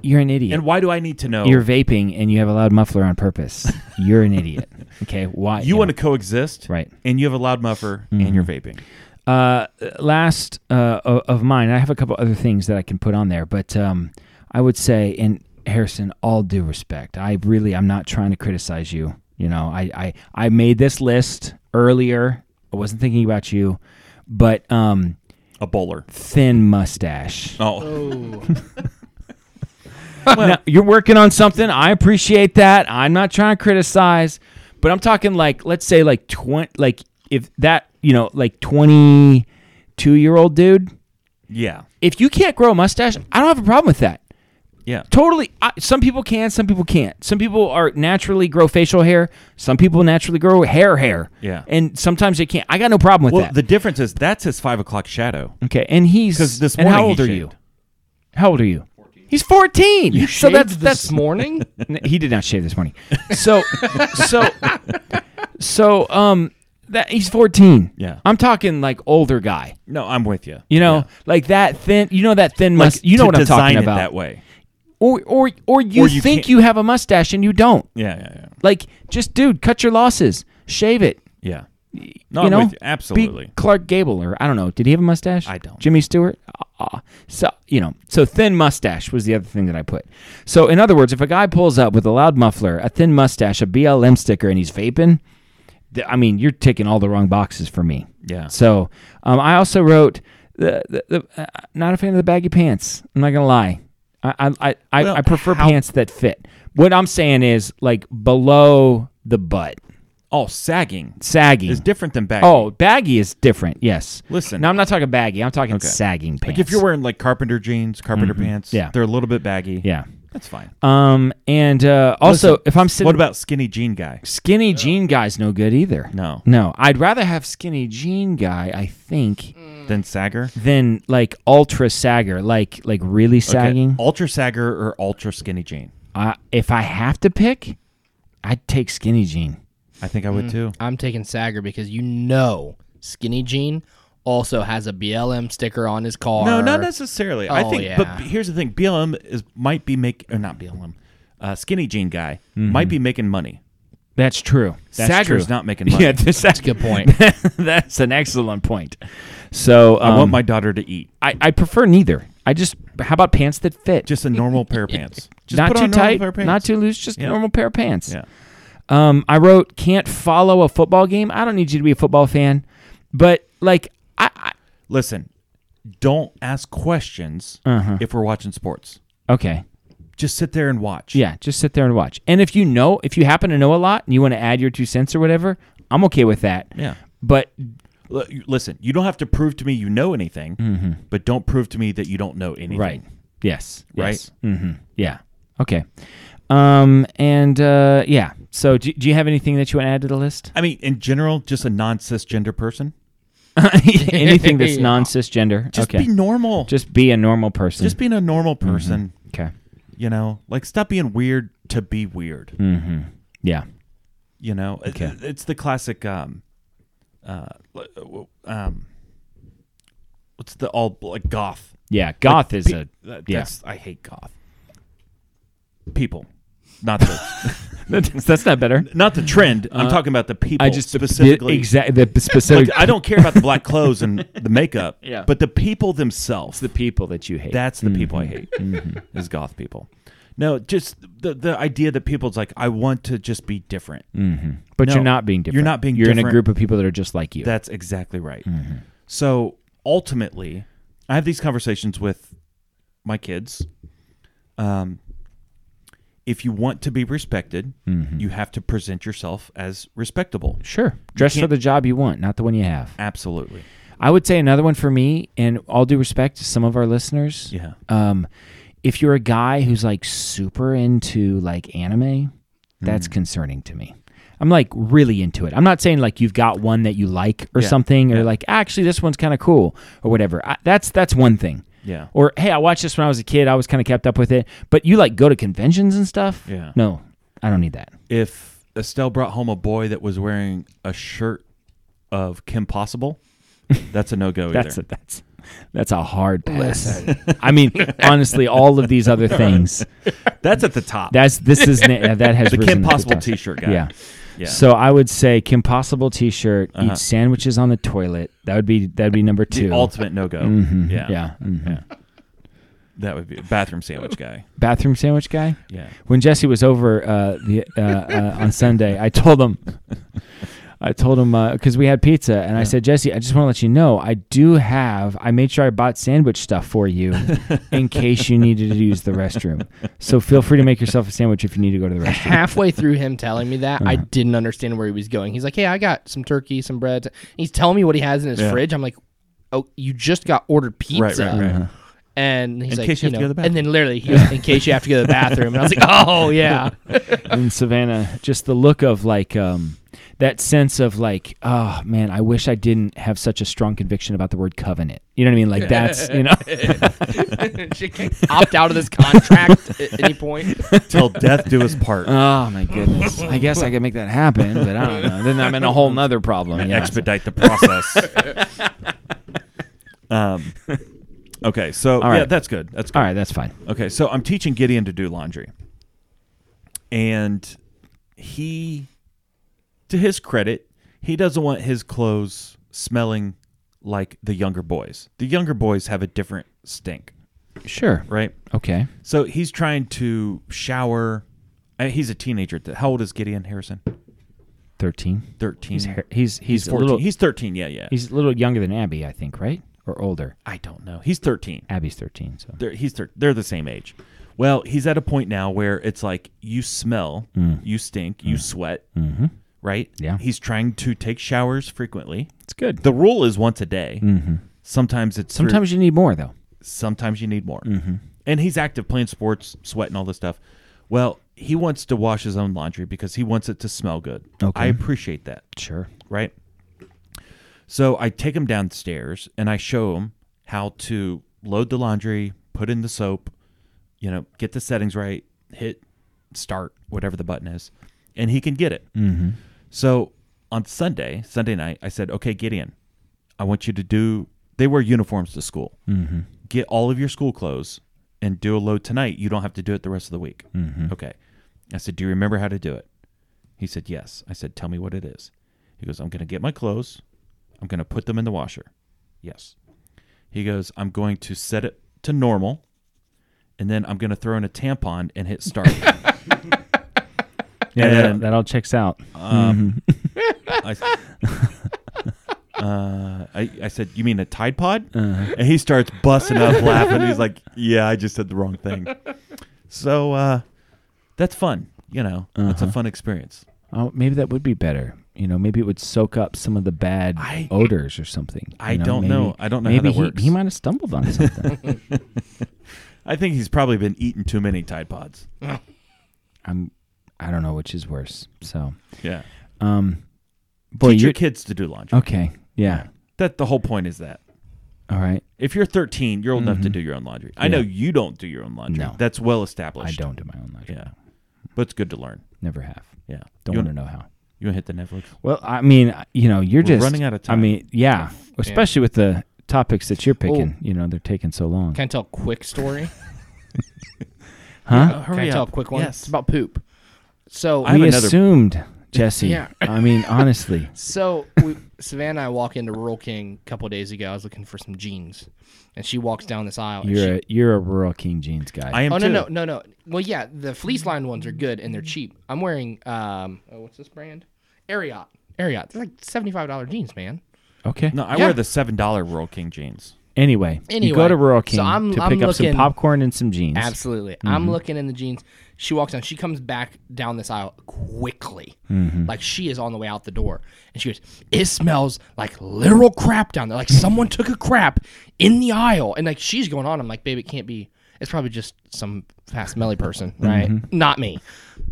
S3: You're an idiot.
S4: And why do I need to know?
S3: You're vaping and you have a loud muffler on purpose. You're an idiot. Okay. Why
S4: you
S3: know.
S4: want to coexist,
S3: Right. Mm-hmm.
S4: And you have a loud muffler, and you're vaping.
S3: uh, last uh, o- of mine. I have a couple other things that I can put on there, but um, I would say, and Harrison, all due respect, I really, I'm not trying to criticize you. You know, I, I, I made this list earlier. I wasn't thinking about you, but um,
S4: A bowler.
S3: thin mustache.
S4: Oh,
S3: Now, you're working on something. I appreciate that. I'm not trying to criticize, but I'm talking like, let's say like 20, like if that, you know, like 22 year old dude.
S4: yeah,
S3: if you can't grow a mustache, I don't have a problem with that.
S4: yeah.
S3: Totally. I, some people can, some people can't. Some people are naturally grow facial hair. Some people naturally grow hair hair.
S4: Yeah.
S3: And sometimes they can't. I got no problem with
S4: Well,
S3: that.
S4: the difference is that's his five o'clock shadow.
S3: okay. And he's
S4: 'Cause this
S3: and how
S4: morning
S3: old
S4: he
S3: are
S4: shaved.
S3: you? How old are you? He's 14. so that's that's
S5: this morning.
S3: N- he did not shave this morning. So so so um that he's 14.
S4: Yeah.
S3: I'm talking like older guy.
S4: No, I'm with you.
S3: You know, like that thin, you know that thin must you know
S4: to
S3: what I'm
S4: design
S3: talking
S4: it
S3: about.
S4: that way.
S3: or or or you,
S4: Or you
S3: think
S4: can't-
S3: you have a mustache and you don't.
S4: Yeah, yeah, yeah.
S3: Like, just dude, cut your losses, shave it.
S4: Yeah. No,
S3: you
S4: I'm
S3: know,
S4: with you.
S3: Be
S4: Absolutely.
S3: Clark Gable or I don't know. Did he have a mustache?
S4: I don't.
S3: Jimmy Stewart. Uh, so you know, so thin mustache was the other thing that I put. So in other words, if a guy pulls up with a loud muffler, a thin mustache, a BLM sticker, and he's vaping, th- I mean, you're ticking all the wrong boxes for me.
S4: Yeah.
S3: So um, I also wrote the, the, the uh, not a fan of the baggy pants. I'm not gonna lie. I I I, I-
S4: Well,
S3: I prefer
S4: how-
S3: pants that fit. What I'm saying is like below the butt,
S4: Oh, sagging
S3: sagging.
S4: is different than baggy.
S3: Oh, baggy is different. Yes.
S4: Listen.
S3: Now I'm not talking baggy. I'm talking
S4: Okay.
S3: sagging
S4: like
S3: pants.
S4: if you're wearing like carpenter jeans, carpenter pants,
S3: Yeah.
S4: they're a little bit baggy.
S3: yeah.
S4: that's fine.
S3: Um, and uh, also
S4: Listen,
S3: if I'm sitting,
S4: What about skinny jean guy?
S3: skinny jean guy's no good either.
S4: No.
S3: No, I'd rather have skinny jean guy. I think
S4: Then sagger.
S3: than like ultra sagger, like like really
S4: Okay,
S3: sagging.
S4: Ultra sagger or ultra skinny jean?
S3: I- if I have to pick, I'd take skinny jean.
S4: I think I would too.
S5: I'm taking Sager because you know Skinny Jean also has a BLM sticker on his car.
S4: No, not necessarily. I
S5: Oh,
S4: think,
S5: yeah.
S4: but here's the thing: Mm-hmm. BLM is might be making or not BLM, uh, skinny jean guy might be making money
S3: That's true. That's
S4: Sager's
S3: true.
S4: not making money.
S3: Yeah, that's, that's
S5: a good point.
S3: that's an excellent point. So um,
S4: I want my daughter to eat
S3: I, I prefer neither. I just how about pants that fit?
S4: just a normal pair of pants. Just
S3: not
S4: put
S3: too
S4: on a normal
S3: tight,
S4: pair of pants.
S3: not too loose, just
S4: Yeah.
S3: normal pair of pants.
S4: Yeah.
S3: Um, I wrote can't follow a football game. I don't need you to be a football fan, but like I, I
S4: Listen, don't ask questions if we're watching sports.
S3: okay,
S4: Just sit there and watch.
S3: yeah, just sit there and watch. And if you know, if you happen to know a lot and you want to add your two cents or whatever, I'm okay with that.
S4: Yeah.
S3: But
S4: L- you- Listen, you don't have to prove to me you know anything, but don't prove to me that you don't know anything.
S3: Mm-hmm. right, yes,
S4: Right?
S3: yes. Mm-hmm. yeah, okay. Um, and uh, yeah. So do, do you have anything that you want to add to the list?
S4: I mean, in general, just a non cisgender person.
S3: anything that's
S5: Yeah.
S3: non cisgender?
S4: Just
S3: okay.
S4: be normal. Just,
S3: just Mm-hmm. be a normal person.
S4: being a normal person.
S3: okay.
S4: You know, like stop being weird to be weird.
S3: Mm. Yeah.
S4: You know, It- it's the classic. Um, uh, l- um, what's the all like goth?
S3: Yeah. Goth is a
S4: That-
S3: yeah.
S4: that's- I hate goth people. Not the
S3: That's, that's not better.
S4: not the trend. I'm talking about the people.
S3: Uh, I just
S4: specifically
S3: exactly the specific
S4: Like, I don't care about the black clothes and the makeup,
S3: Yeah.
S4: but the people themselves.
S3: the people that you hate.
S4: that's the people I hate. Is goth people? No, just the the idea that people's like, I want to just be different.
S3: but
S4: no,
S3: you're not being different.
S4: you're not being
S3: You're in a
S4: different.
S3: group of people that are just like you.
S4: That's exactly right. So ultimately, I have these conversations with my kids. Um, if you want to be respected, you have to present yourself as respectable.
S3: sure. Dress for
S4: can't-
S3: the job you want, not the one you have.
S4: Absolutely.
S3: I would say another one for me, and all due respect to some of our listeners.
S4: Yeah.
S3: Um, if you're a guy who's like super into like anime, that's
S4: Hmm.
S3: concerning to me. I'm like really into it. I'm not saying like you've got one that you like or
S4: Yeah,
S3: something, or like actually this one's kind of cool or whatever. I, that's that's one thing.
S4: Yeah.
S3: Or hey, I watched this when I was a kid. I was kind of kept up with it. But you like go to conventions and stuff.
S4: Yeah.
S3: No, I don't need that.
S4: if Estelle brought home a boy that was wearing a shirt of Kim Possible, that's a no go either.
S3: That's a, that's that's a hard pass. I mean, honestly, all of these other things.
S4: that's at the top.
S3: That's this is na- that has
S4: the
S3: risen
S4: Kim
S3: to
S4: Possible
S3: top.
S4: t shirt guy.
S3: Yeah.
S4: Yeah. Uh-huh.
S3: So I would say Kim Possible T-shirt, eat sandwiches on the toilet. That would be that'd be number
S4: the
S3: two.
S4: ultimate no go. Mm-hmm. Yeah.
S3: yeah, mhm.
S4: That would be a bathroom sandwich guy.
S3: bathroom sandwich guy.
S4: Yeah.
S3: When Jesse was over uh, the uh, uh, on Sunday, I told him, I told him because we had pizza, and I said, Jesse, I just want to let you know, I do have. I made sure I bought sandwich stuff for you in case you needed to use the restroom. So feel free to make yourself a sandwich if you need to go to the restroom.
S5: Halfway through him telling me that, I didn't understand where he was going. He's like, "Hey, I got some turkey, some bread." He's telling me what he has in his
S4: Yeah.
S5: fridge. I'm like, "Oh, you just got ordered pizza."
S4: Right, right, right.
S5: And he's
S4: In
S5: like,
S4: case you have to
S5: know,
S4: go to the
S5: and then literally, he was, in case you have to go to the bathroom, and I was like, "Oh yeah."
S3: and Savannah, just the look of like um, that sense of like, oh man, I wish I didn't have such a strong conviction about the word covenant. You know what I mean? Like that's you know,
S5: she can opt out of this contract at any point.
S4: Till death do us part.
S3: oh my goodness. I guess I could make that happen, but I don't know. Then I'm in a whole nother problem. Yeah.
S4: Expedite the process. um, okay. So,
S3: All
S4: yeah,
S3: right.
S4: that's good. That's good.
S3: All right, that's fine.
S4: Okay, so I'm teaching Gideon to do laundry. And he to his credit, he doesn't want his clothes smelling like the younger boys. The younger boys have a different stink,
S3: Sure.
S4: right?
S3: Okay.
S4: So he's trying to shower. I he's a teenager. at the- How old is Gideon Harrison?
S3: Thirteen.
S4: 13.
S3: He's har- he's he's,
S4: He's
S3: a
S4: 14.
S3: little
S4: he's 13. Yeah, yeah.
S3: he's a little younger than Abby, I think, right? Or older.
S4: I don't know. He's 13.
S3: Abby's thirteen. So
S4: they're he's thir- they're the same age. Well, he's at a point now where it's like you smell, you stink, you sweat, Mm. mm-hmm. right?
S3: Yeah.
S4: He's trying to take showers frequently.
S3: it's good.
S4: The rule is once a day. Mm-hmm. Sometimes it's three-
S3: Sometimes you need more though.
S4: sometimes you need more. Mm-hmm. And he's active, playing sports, sweating, all this stuff. Well, he wants to wash his own laundry because he wants it to smell good.
S3: Okay.
S4: I appreciate that
S3: Sure.
S4: right? So I take him downstairs and I show him how to load the laundry, put in the soap, you know, get the settings right, hit start, whatever the button is, and he can get it. Mm-hmm. So on Sunday, Sunday night, I said, okay, Gideon, I want you to do, they wear uniforms to school. Mm-hmm. Get all of your school clothes and Mm-hmm. do a load tonight. You don't have to do it the rest of the week. Okay. I said, do you remember how to do it? He said, Yes. I said, Tell me what it is. He goes, I'm going to get my clothes. I'm going to put them in the washer. Yes. He goes, I'm going to set it to normal and then I'm going to throw in a tampon and hit start.
S3: Yeah, that,
S4: And-
S3: that all checks out.
S4: I, uh, I, I said, "You mean a Tide Pod?" And he starts busting up laughing. He's like, "Yeah, I just said the wrong thing." So uh, that's fun, you know. It's a fun experience.
S3: Oh, maybe that would be better. You know, maybe it would soak up some of the bad
S4: I-
S3: odors or something. you
S4: I don't know. I don't know how
S3: Maybe
S4: that
S3: he,
S4: works.
S3: he might have stumbled on something.
S4: I think he's probably been eating too many Tide Pods.
S3: I'm, I don't know which is worse. So,
S4: Yeah,
S3: um, boy,
S4: teach your
S3: you
S4: kids to do laundry.
S3: okay? Yeah.
S4: That the whole point is that
S3: All right.
S4: if you're 13, you're old enough to do your own laundry. I know you don't do your own laundry.
S3: Mm-hmm. No.
S4: That's well
S3: I
S4: established.
S3: don't do my own laundry.
S4: Yeah, but it's good to learn.
S3: Never have.
S4: Yeah,
S3: Don't
S4: you
S3: want
S4: wanna-
S3: to know how.
S4: You wanna hit the Netflix?
S3: Well, I mean, uh, you know, you're
S4: We're
S3: just
S4: running out of
S3: I
S4: time. Oh.
S3: mean, yeah, especially with the topics that you're picking. You know, they're taking so long.
S5: Can I tell a quick story?
S3: huh?
S5: Can I tell a quick one? It's about poop. So
S4: I have
S3: we
S4: another-
S3: assumed, Jesse.
S5: Yeah.
S3: I mean, honestly.
S5: So we, Savannah and I walk into Rural King a couple of days ago. I was looking for some jeans, and she walks down this aisle. and she,
S3: You're a you're a rural King jeans guy.
S4: I am
S5: oh
S4: too.
S5: no no no no. Well, yeah, the fleece line ones are good and they're cheap. I'm wearing um, oh, what's this brand? Ariat. Ariat. They're like seventy five dollar jeans, man.
S3: okay.
S4: No, I
S5: Yeah.
S4: wear the seven dollar Rural King jeans.
S3: Anyway, you go
S5: Anyway,
S3: to rural
S5: so
S3: King
S5: I'm-
S3: to
S5: I'm
S3: pick up some
S5: looking-
S3: popcorn and some jeans.
S5: Absolutely. I'm looking in the jeans. She walks down. She comes back down this aisle quickly. Like she is on the way out the door. And she goes, It smells like literal crap down there. Like someone took a crap in the aisle. And like she's going on. I'm like, babe, it can't be. It's probably just some fast smelly person, right? Not me.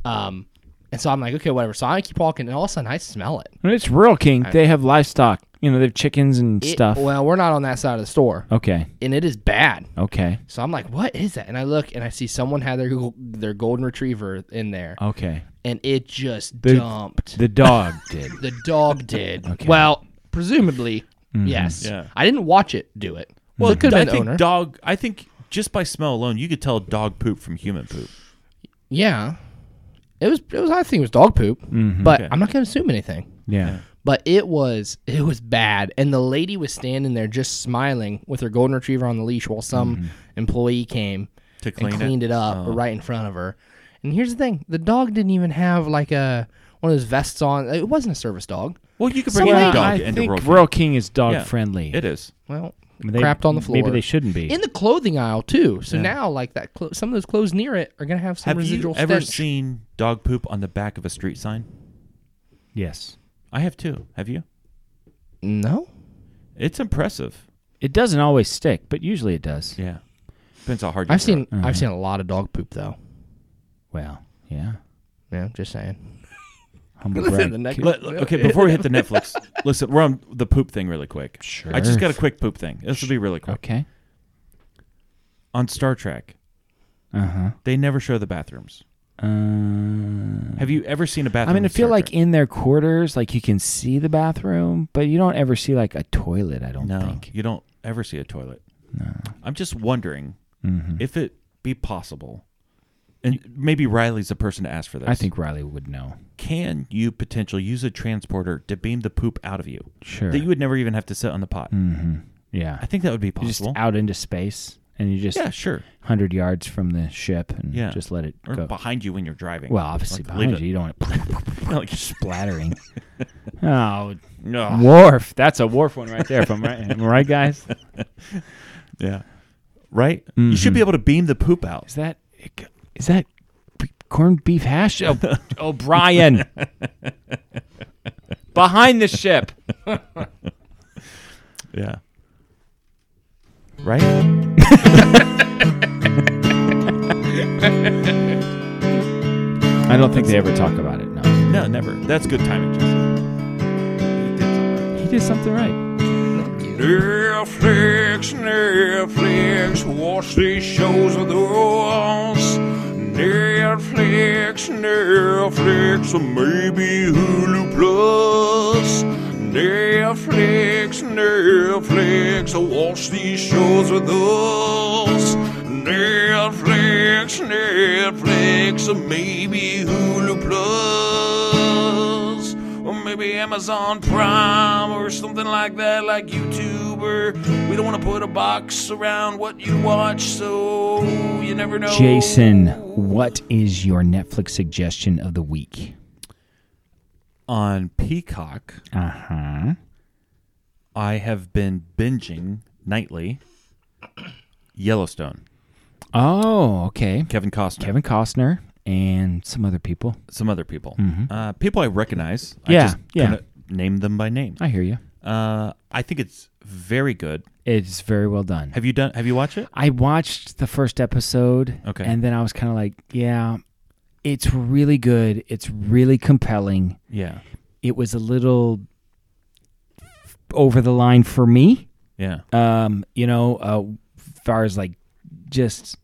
S5: Um, and so I'm like, okay, whatever. So I keep walking, and all of a sudden I smell it.
S3: It's rural King. They have livestock. You know, they have chickens and
S5: It-
S3: stuff. Oh.
S5: Well, we're not on that side of the store,
S3: okay.
S5: and it is bad.
S3: Okay.
S5: So I'm like, what is that? And I look, and I see someone had their their golden retriever in there.
S3: Okay.
S5: and it just
S3: The-
S5: dumped.
S3: The dog did.
S5: The dog did. Well, presumably, yes.
S4: Yeah.
S5: I didn't watch it do it. Mm-hmm. Well, it could
S4: I
S5: have been
S4: think
S5: owner.
S4: dog. I think just by smell alone, you could tell dog poop from human poop.
S5: yeah, it was. It was. I think it was dog poop. But I'm not going to assume anything.
S3: Yeah.
S5: But it was. It was bad. And the lady was standing there just smiling with her golden retriever on the leash while some employee came
S4: To
S5: and
S4: clean it? Oh.
S5: cleaned it, up right in front of her. And here's the thing: the dog didn't even have like a one of those vests on. It wasn't a service dog.
S4: Well, you could bring
S5: Well,
S4: any
S5: I
S4: dog
S3: I
S4: into
S3: think
S4: Rural
S3: rural
S4: King.
S3: King, is dog
S4: Yeah,
S3: friendly.
S4: It is.
S5: Well,
S3: They-
S5: crapped on the floor.
S3: Maybe they shouldn't be.
S5: in the clothing aisle too. So now, like that, clo- some of those clothes near it are gonna have some
S4: Have you
S5: residual
S4: ever
S5: stench.
S4: seen dog poop on the back of a street sign?
S3: yes.
S4: I have too. Have you?
S5: no,
S4: It's impressive.
S3: It doesn't always stick, but usually it does.
S4: Yeah. Depends how hard you
S5: I've
S4: throw
S5: seen
S4: it.
S3: Uh-huh.
S5: I've seen a lot of dog poop though.
S3: Well, yeah.
S5: Yeah, I'm just saying.
S3: Humble
S5: Listen,
S3: brag.
S5: the next-
S4: Let- let- okay, before we hit the Netflix, listen, we're on the poop thing really quick.
S3: Sure.
S4: I just got a quick poop thing. This will be really quick.
S3: Okay.
S4: On Star Trek,
S3: Uh huh.
S4: they never show the bathrooms.
S3: Uh,
S4: Have you ever seen a bathroom?
S3: I mean, I
S4: in
S3: feel
S4: Star
S3: like
S4: Trek?
S3: in their quarters, like you can see the bathroom, but you don't ever see like a toilet. I don't
S4: No,
S3: think.
S4: you don't ever see a toilet. I'm just wondering
S3: Mm-hmm.
S4: if it be possible, and maybe Riley's the person to ask for this.
S3: I think Riley would know.
S4: can you potentially use a transporter to beam the poop out of you
S3: Sure.
S4: that you would never even have to sit on the pot? I
S3: yeah.
S4: think that would be
S3: You're just
S4: possible.
S3: out into space, and you just
S4: yeah, sure.
S3: hundred yards from the ship, and
S4: Yeah.
S3: just let it
S4: Or
S3: go.
S4: behind you when you're driving.
S3: Well, obviously
S4: Like, leave
S3: behind you, you don't want it
S4: it. Like,
S3: splattering. oh,
S4: no.
S3: wharf. That's a wharf one right there. If I'm right, am I right, guys?
S4: Yeah. Right? You
S3: Mm-hmm.
S4: should be able to beam the poop out.
S3: Is that is that b- corned beef hash? Oh, O'Brien. Behind the ship.
S4: Yeah. Right?
S3: I don't think they ever talk about it. No.
S4: No, never. That's good timing, Jason.
S3: He did something right.
S6: Netflix, Netflix, watch these shows with us. Netflix, Netflix, or maybe Hulu Plus. Netflix, Netflix, watch these shows with us. Netflix, Netflix, or maybe Hulu Plus.
S7: maybe Amazon Prime or something like that, like YouTube. Or we don't want to put a box around what you watch, so you never know.
S3: Jason, what is your Netflix suggestion of the week?
S4: On Peacock,
S3: Uh huh.
S4: I have been binging nightly Yellowstone.
S3: Oh, okay.
S4: Kevin Costner,
S3: Kevin Costner and some other people.
S4: some other people, uh, people I recognize. I
S3: Mm-hmm. Yeah,
S4: just
S3: yeah.
S4: couldn't Name them by name.
S3: I hear you.
S4: Uh, I think it's very good.
S3: It's very well done.
S4: Have you done? Have you watched it?
S3: I watched the first episode.
S4: Okay.
S3: And then I was kind of like, yeah, it's really good. It's really compelling.
S4: Yeah,
S3: It was a little over the line for me.
S4: yeah,
S3: Um, you know, uh, far as like just,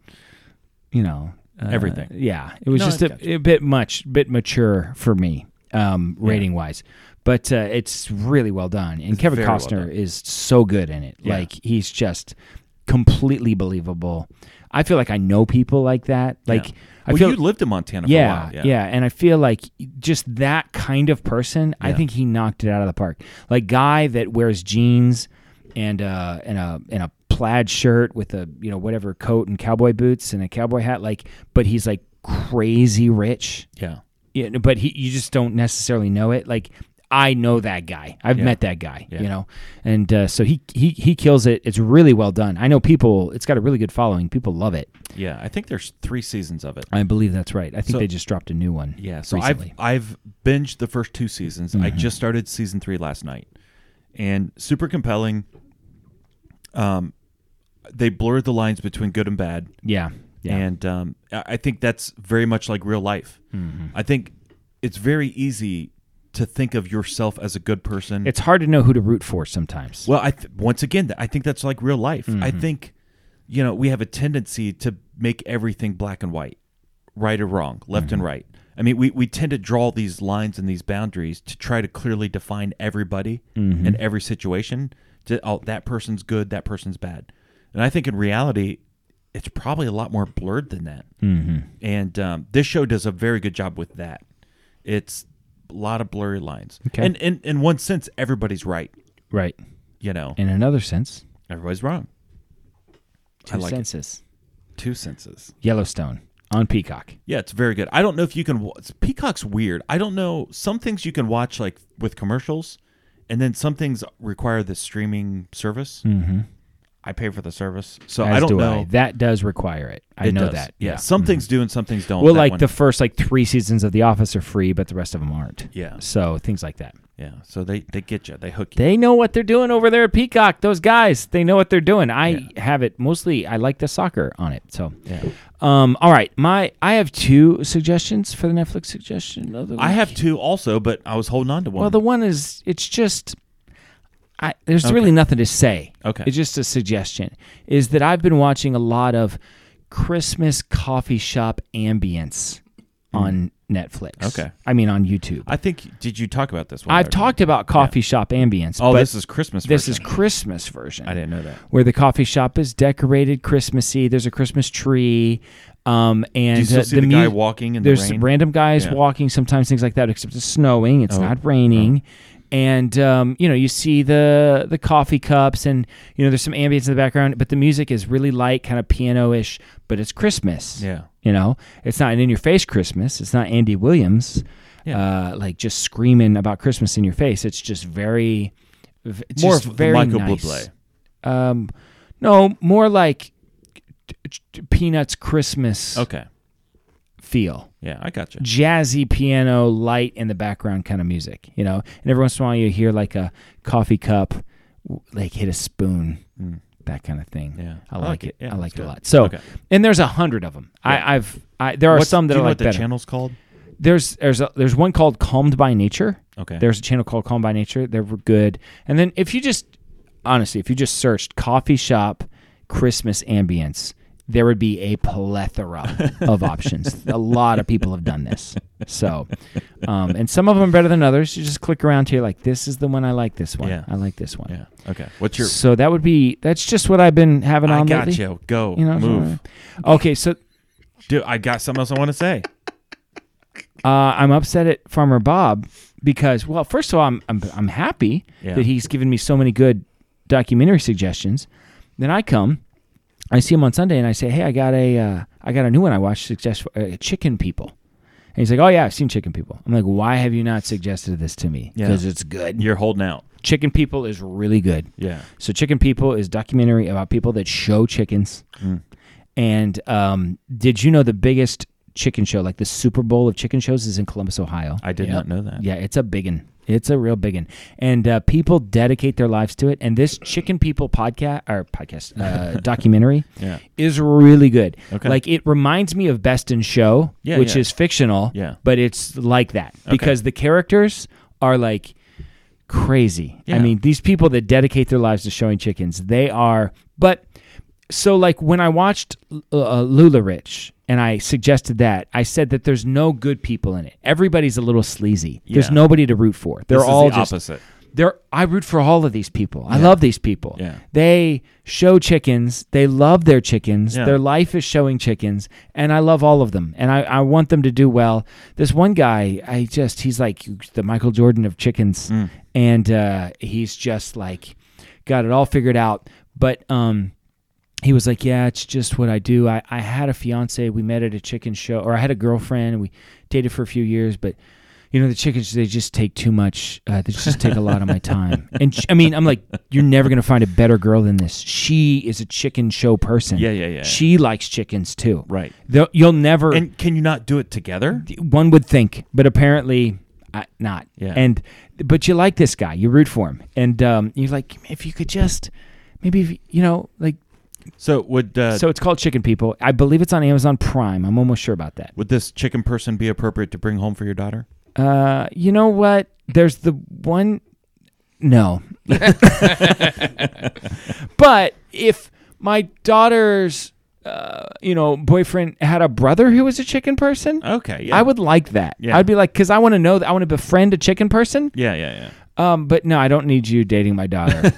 S3: you know, uh,
S4: Everything.
S3: Yeah. It was
S4: No,
S3: just
S4: I
S3: a, a bit much, bit mature for me, um, rating wise. But uh, it's really well done. And Kevin
S4: very well
S3: Costner
S4: done.
S3: is so good in it.
S4: Yeah.
S3: Like, he's just completely believable. I feel like I know people like that. Like,
S4: Yeah.
S3: I
S4: well,
S3: feel
S4: you lived in Montana
S3: yeah,
S4: for a
S3: yeah,
S4: while. Yeah,
S3: And I feel like just that kind of person, I
S4: Yeah.
S3: think he knocked it out of the park. Like guy that wears jeans and uh and a and a plaid shirt with a you know whatever coat and cowboy boots and a cowboy hat like but he's like crazy rich.
S4: yeah,
S3: Yeah, but he you just don't necessarily know it. Like I know that guy. I've
S4: Yeah.
S3: met that guy,
S4: Yeah.
S3: you know. And uh, so he he he kills it. It's really well done. I know people it's got a really good following. People love it.
S4: yeah. I think there's three seasons of it.
S3: I believe that's right. I think
S4: So-
S3: they just dropped a new one.
S4: Yeah, so
S3: recently. Mm-hmm.
S4: I've I've binged the first two seasons. I just started season three last night, and super compelling. Um, they blurred the lines between good and bad,
S3: Yeah. Yeah.
S4: and um, I I think that's very much like real life.
S3: Mm-hmm.
S4: I think it's very easy to think of yourself as a good person.
S3: it's hard to know who to root for sometimes.
S4: Well, I th- once again, I think that's like real life. I think, you know, we have a tendency to make everything black and white, right or wrong, left and right. I mean, we, we tend to draw these lines and these boundaries to try to clearly define everybody and every situation. To, oh, that person's good, that person's bad. And I think in reality, it's probably a lot more blurred than that. And um, this show does a very good job with that. It's a lot of blurry lines.
S3: Okay.
S4: And in, in one sense, everybody's right.
S3: right.
S4: You know,
S3: In another sense,
S4: Everybody's wrong.
S3: two
S4: like it.
S3: senses.
S4: Two senses.
S3: Yellowstone on Peacock.
S4: Yeah, it's very good. I don't know if you can. wa- Peacock's weird. I don't know. Some things you can watch like with commercials, and then some things require the streaming service. Mm-hmm. I pay for the service, so
S3: Hmm. As
S4: I don't
S3: do
S4: know.
S3: I. That does require it. I
S4: It
S3: know
S4: does.
S3: that. Hmm.
S4: Yeah, some things do and some things don't.
S3: Well,
S4: That
S3: like
S4: one-
S3: the first like three seasons of The Office are free, but the rest of them aren't.
S4: Yeah.
S3: So things like that.
S4: yeah. So they they get you. They hook you.
S3: They know what they're doing over there at Peacock. Those guys, they know what they're doing. I have it mostly. I like the soccer on it. So,
S4: Yeah.
S3: um, all right. My, I have two suggestions for the Netflix suggestion. Of the
S4: I
S3: week.
S4: have two also, but I was holding on to one.
S3: Well, the one is it's just I there's
S4: Okay.
S3: really nothing to say.
S4: Okay.
S3: It's just a suggestion is that I've been watching a lot of Christmas coffee shop ambience on Netflix.
S4: Hmm. Okay.
S3: I mean on YouTube.
S4: I think. Did you talk about this one?
S3: I've
S4: already?
S3: talked about coffee shop ambience.
S4: Oh,
S3: but
S4: this is Christmas.
S3: this is
S4: version.
S3: Christmas version
S4: I didn't know that.
S3: where the coffee shop is decorated Christmassy. There's a Christmas tree, um, and
S4: Do you still
S3: uh,
S4: see the guy
S3: mu-
S4: walking in the
S3: there's
S4: rain?
S3: random guys
S4: Yeah. Oh,
S3: walking sometimes, things like that. Except it's snowing, it's not raining, and um, you know you see the the coffee cups, and you know there's some ambience in the background, but the music is really light, kind of piano ish, but it's Christmas.
S4: Yeah.
S3: You know, it's not an in your face Christmas. It's not Andy Williams, uh, like just screaming about Christmas in your face. It's just very, v- it's
S4: More
S3: just
S4: of
S3: very
S4: Michael
S3: nice.
S4: Bublé.
S3: Um, no, more like t- t- Peanuts Christmas
S4: Okay.
S3: feel,
S4: Yeah, I got you.
S3: jazzy piano, light in the background kind of music, you know. And every once in a while, you hear like a coffee cup, w- like hit a spoon, that kind of thing.
S4: Hmm. Yeah.
S3: I like it.
S4: Yeah,
S3: I
S4: that's
S3: like it a
S4: good.
S3: lot. So,
S4: Okay.
S3: and there's a hundred of them. I, I've I, there are
S4: What's-
S3: some that
S4: do you
S3: I
S4: know
S3: like
S4: what
S3: better.
S4: the channel's called?
S3: There's there's a, there's one called Calmed by Nature.
S4: Okay.
S3: There's a channel called Calm by Nature. They're good. And then if you just honestly, if you just searched coffee shop Christmas ambience, there would be a plethora of options. A lot of people have done this. So, um, and some of them are better than others. You just click around here, like this is the one I like. This one
S4: Yeah.
S3: I like this one.
S4: Yeah. Okay. What's your?
S3: So that would be that's just what I've been having
S4: I
S3: on
S4: got
S3: lately.
S4: you. Go.
S3: You know,
S4: move.
S3: Okay, so
S4: Dude, I got something else I want to say.
S3: Uh, I'm upset at Farmer Bob because, well, first of all, I'm I'm, I'm happy
S4: Yeah.
S3: that he's given me so many good documentary suggestions. Then I come, I see him on Sunday, and I say, "Hey, I got a uh, I got a new one I watched. Suggest uh, Chicken People." And he's like, "Oh yeah, I've seen Chicken People." I'm like, "Why have you not suggested this to me?
S4: Yeah.
S3: Because it's good.
S4: You're holding out.
S3: Chicken People is really good.
S4: Yeah.
S3: So Chicken People is a documentary about people that show chickens.
S4: Mm.
S3: And um, did you know the biggest chicken show, like the Super Bowl of chicken shows, is in Columbus, Ohio?
S4: I did not know that.
S3: Yeah, it's a biggin. It's a real biggin. And uh, people dedicate their lives to it. And this Chicken People podcast or podcast uh, documentary
S4: Yeah.
S3: is really good.
S4: Okay.
S3: Like it reminds me of Best in Show,
S4: Yeah,
S3: which
S4: yeah.
S3: is fictional.
S4: Yeah.
S3: But it's like that because the characters are like crazy. I
S4: Yeah.
S3: mean, these people that dedicate their lives to showing chickens, they are. But so, like when I watched uh, uh, Lula Rich and I suggested that, I said that there's no good people in it. Everybody's a little sleazy. There's
S4: Yeah.
S3: nobody to root for. They're
S4: This is
S3: all
S4: the
S3: just
S4: opposite.
S3: they're I root for all of these people. I love these people.
S4: Yeah.
S3: They show chickens. They love their chickens.
S4: Yeah.
S3: Their life is showing chickens. And I love all of them. And I, I want them to do well. This one guy, I just he's like the Michael Jordan of chickens. And uh, he's just like got it all figured out. But um he was like, Yeah, it's just what I do. I, I had a fiance, we met at a chicken show or I had a girlfriend and we dated for a few years, but you know the chickens they just take too much uh, they just take a lot of my time and sh- i mean i'm like you're never going to find a better girl than this she is a chicken show person
S4: Yeah, yeah, yeah.
S3: she likes chickens too
S4: Right.
S3: They'll- you'll never
S4: And can you not do it together?
S3: one would think but apparently I, not
S4: Yeah.
S3: and but you like this guy you root for him and um, you're like if you could just maybe if, you know like
S4: So would uh,
S3: so it's called chicken people i believe it's on amazon prime i'm almost sure about that
S4: would this chicken person be appropriate to bring home for your daughter?
S3: Uh, you know what? There's the one. No. but if my daughter's, uh, you know, boyfriend had a brother who was a chicken person,
S4: Okay. Uh, Yeah.
S3: I would like that.
S4: Yeah.
S3: I'd be like, because I want to know that I want to befriend a chicken person.
S4: Yeah, yeah,
S3: Um, but no, I don't need you dating my daughter.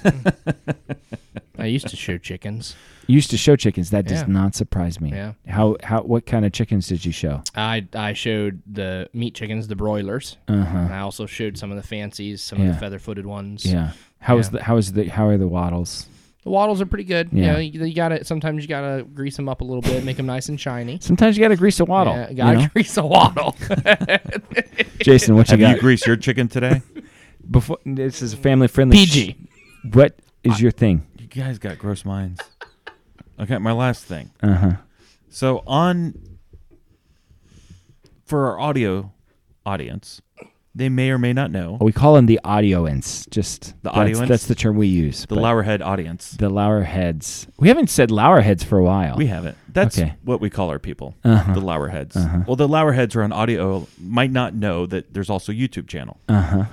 S5: I used to show chickens.
S3: you used to show chickens. That does
S5: Yeah.
S3: not surprise me.
S5: Yeah.
S3: How how what kind of chickens did you show?
S5: I I showed the meat chickens, the broilers. And I also showed some of the fancies, some of
S3: Uh-huh. Yeah.
S5: the feather-footed ones.
S3: Yeah. How is
S5: Yeah.
S3: the how is the how are the wattles?
S5: The wattles are pretty good.
S3: Yeah.
S5: You know, you, you gotta sometimes you gotta grease them up a little bit, make them nice and shiny.
S3: Sometimes you got to grease a waddle.
S5: Yeah,
S3: you
S5: gotta
S3: know?
S5: grease a waddle.
S3: Jason, what you
S4: yeah.
S3: got?
S4: You grease your chicken today?
S3: before this is a family friendly
S5: PG.
S3: sh- what is your thing?
S4: you guys got gross minds. Okay, my last thing. Uh
S3: Uh-huh.
S4: huh. So on for our audio audience, they may or may not know
S3: We call them the audioins. Just
S4: The
S3: that's,
S4: audioins?
S3: That's the term we use.
S4: the
S3: but
S4: Lowerhead audience.
S3: the lower heads. We haven't said lower heads for a while.
S4: We haven't. That's
S3: Okay. Uh-huh.
S4: what we call our people, the Lowerheads. Well, the Lowerheads are on audio, might not know that there's also YouTube channel. Uh huh.
S3: Uh-huh.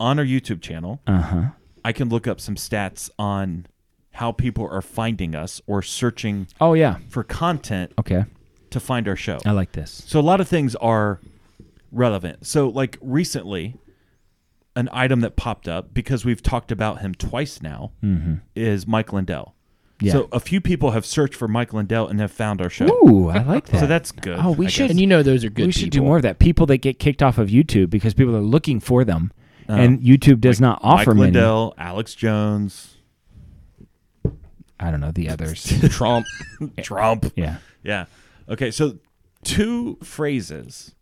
S4: On our YouTube channel, uh huh. I can look up some stats on how people are finding us or searching
S3: oh yeah.
S4: for content
S3: Okay.
S4: to find our show.
S3: I like this.
S4: So a lot of things are relevant. So like recently, an item that popped up because we've talked about him twice now is Mike Lindell.
S3: Mm-hmm. Yeah.
S4: So a few people have searched for Mike Lindell and have found our show.
S3: Ooh, I like that.
S4: So that's good.
S3: Oh, we
S4: I
S3: should.
S4: guess.
S5: and you know those are good.
S3: we should do
S5: people.
S3: more of that. People that get kicked off of YouTube because people are looking for them, and YouTube does not
S4: Mike
S3: offer many.
S4: Lindell, Alex Jones,
S3: I don't know the others.
S5: Trump.
S4: Trump.
S3: yeah.
S4: Yeah. Okay, so two phrases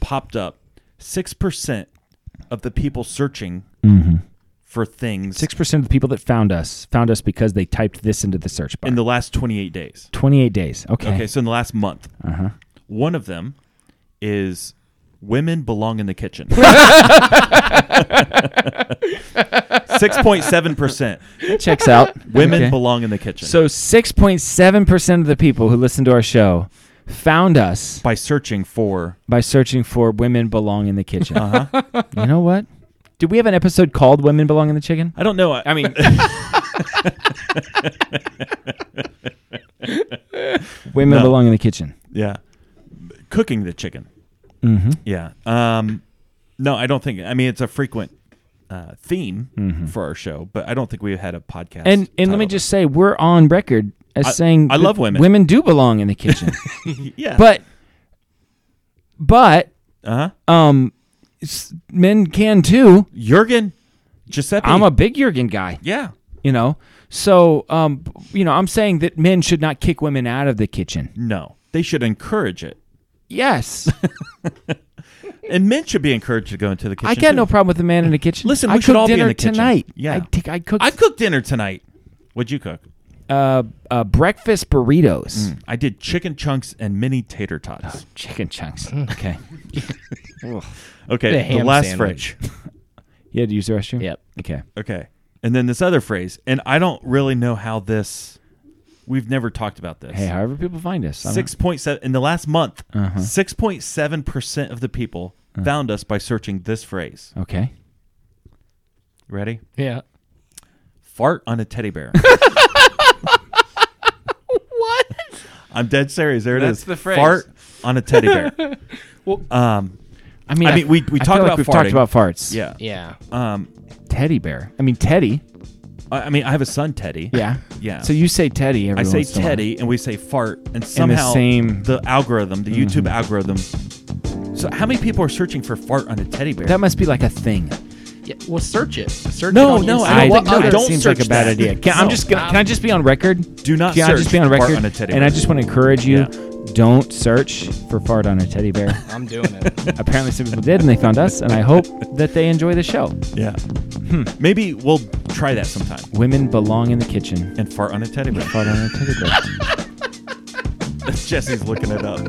S4: popped up. Six percent of the people searching for things
S3: Mm-hmm. Six percent of the people that found us found us because they typed this into the search bar.
S4: in the last twenty-eight days.
S3: Twenty-eight days.
S4: Okay, so in the last month,
S3: Uh-huh.
S4: one of them is women belong in the kitchen. Six point seven percent
S3: Checks out.
S4: women
S3: Okay.
S4: belong in the kitchen.
S3: So 6.7% of the people who listen to our show found us
S4: by searching for
S3: by searching for women belong in the kitchen.
S4: Uh-huh.
S3: You know what? Did we have an episode called Women Belong in the Chicken?
S4: I don't know. I,
S3: I mean, women
S4: No.
S3: belong in the kitchen.
S4: yeah, cooking the chicken.
S3: Mm-hmm.
S4: Yeah. Um, no, I don't think. I mean, it's a frequent uh, theme for our show, but I don't think we had a podcast.
S3: Mm-hmm. And and let me
S4: titled-
S3: just say we're on record as
S4: I-
S3: saying
S4: I
S3: that
S4: love women.
S3: Women do belong in the kitchen.
S4: yeah,
S3: but But
S4: Uh huh.
S3: um, s- men can too.
S4: Jurgen, Giuseppe.
S3: I'm a big Jurgen guy,
S4: yeah.
S3: you know. So um, you know, I'm saying that men should not kick women out of the kitchen.
S4: No, they should encourage it,
S3: Yes,
S4: and men should be encouraged to go into the kitchen.
S3: I got
S4: too.
S3: no problem with the man in the kitchen.
S4: Listen,
S3: I
S4: we should
S3: cooked
S4: all be in
S3: dinner
S4: the kitchen.
S3: tonight.
S4: Yeah.
S3: I think I cooked
S4: I cooked dinner tonight. What'd you cook?
S3: uh, uh, breakfast burritos,
S4: I did chicken chunks and mini tater tots.
S3: chicken chunks.
S4: Mm.
S3: Okay,
S5: Did a
S4: Okay, the
S5: ham
S4: last
S5: sandwich.
S4: phrase.
S3: you had to use the restroom.
S5: Yep.
S3: Okay.
S4: Okay, and then this other phrase, and I don't really know how this. We've never talked about this.
S3: Hey, however people find us, I don't-
S4: Six point seven in the last month. Six point seven percent of the people found us by searching this phrase.
S3: Okay.
S4: Ready?
S5: Yeah.
S4: Fart on a teddy bear.
S5: What?
S4: I'm dead serious. There it is.
S3: That's the phrase.
S4: Fart on a teddy bear.
S3: I mean,
S4: I mean, we- we
S3: I
S4: talk
S3: feel
S4: about
S3: like we've
S4: farting.
S3: talked about farts.
S4: yeah.
S5: Yeah.
S4: Um.
S3: Teddy bear. I mean, Teddy.
S4: I, I mean, I have a son, Teddy.
S3: Yeah.
S4: Yeah.
S3: So you say Teddy every
S4: I say
S3: once in a while.
S4: Teddy and we say fart, and somehow
S3: same- Mm-hmm.
S4: the algorithm, the YouTube algorithm. So how many people are searching for fart on a teddy bear?
S3: That must be like a thing.
S5: yeah. Well, search it. Search
S4: No,
S5: it. on
S4: no,
S5: Instagram.
S4: I don't
S5: What
S4: think- no,
S5: other-
S3: that
S4: don't
S3: seems
S4: search
S3: like a bad
S4: that.
S3: idea. Can, I'm
S4: No.
S3: just gonna, can I just be on record?
S4: Do not
S3: Can I just
S4: search
S3: be on
S4: fart
S3: record?
S4: on a teddy
S3: and
S4: bear.
S3: I just want to encourage you:
S4: Yeah.
S3: don't search for fart on a teddy bear.
S5: I'm doing it.
S3: Apparently, some people did, and they found us. And I hope that they enjoy the show.
S4: yeah.
S3: Hmm.
S4: Maybe we'll try that sometime
S3: Women belong in the kitchen.
S4: and fart on a teddy bear.
S3: Fart on a teddy bear.
S4: Jesse's looking it up.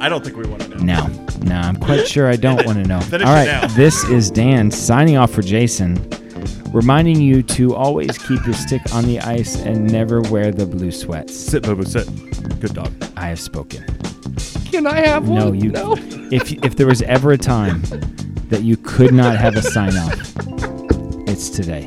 S4: I don't think we want to know.
S3: No, no, I'm quite sure I don't want to know.
S4: Finish
S3: All
S4: it
S3: right,
S4: now.
S3: this is Dan signing off for Jason, reminding you to always keep your stick on the ice and never wear the blue sweats.
S4: Sit, Bobo. Sit. Good dog.
S3: I have spoken.
S5: Can I have one?
S3: No, you.
S5: No.
S3: If if there was ever a time that you could not have a sign off, it's today.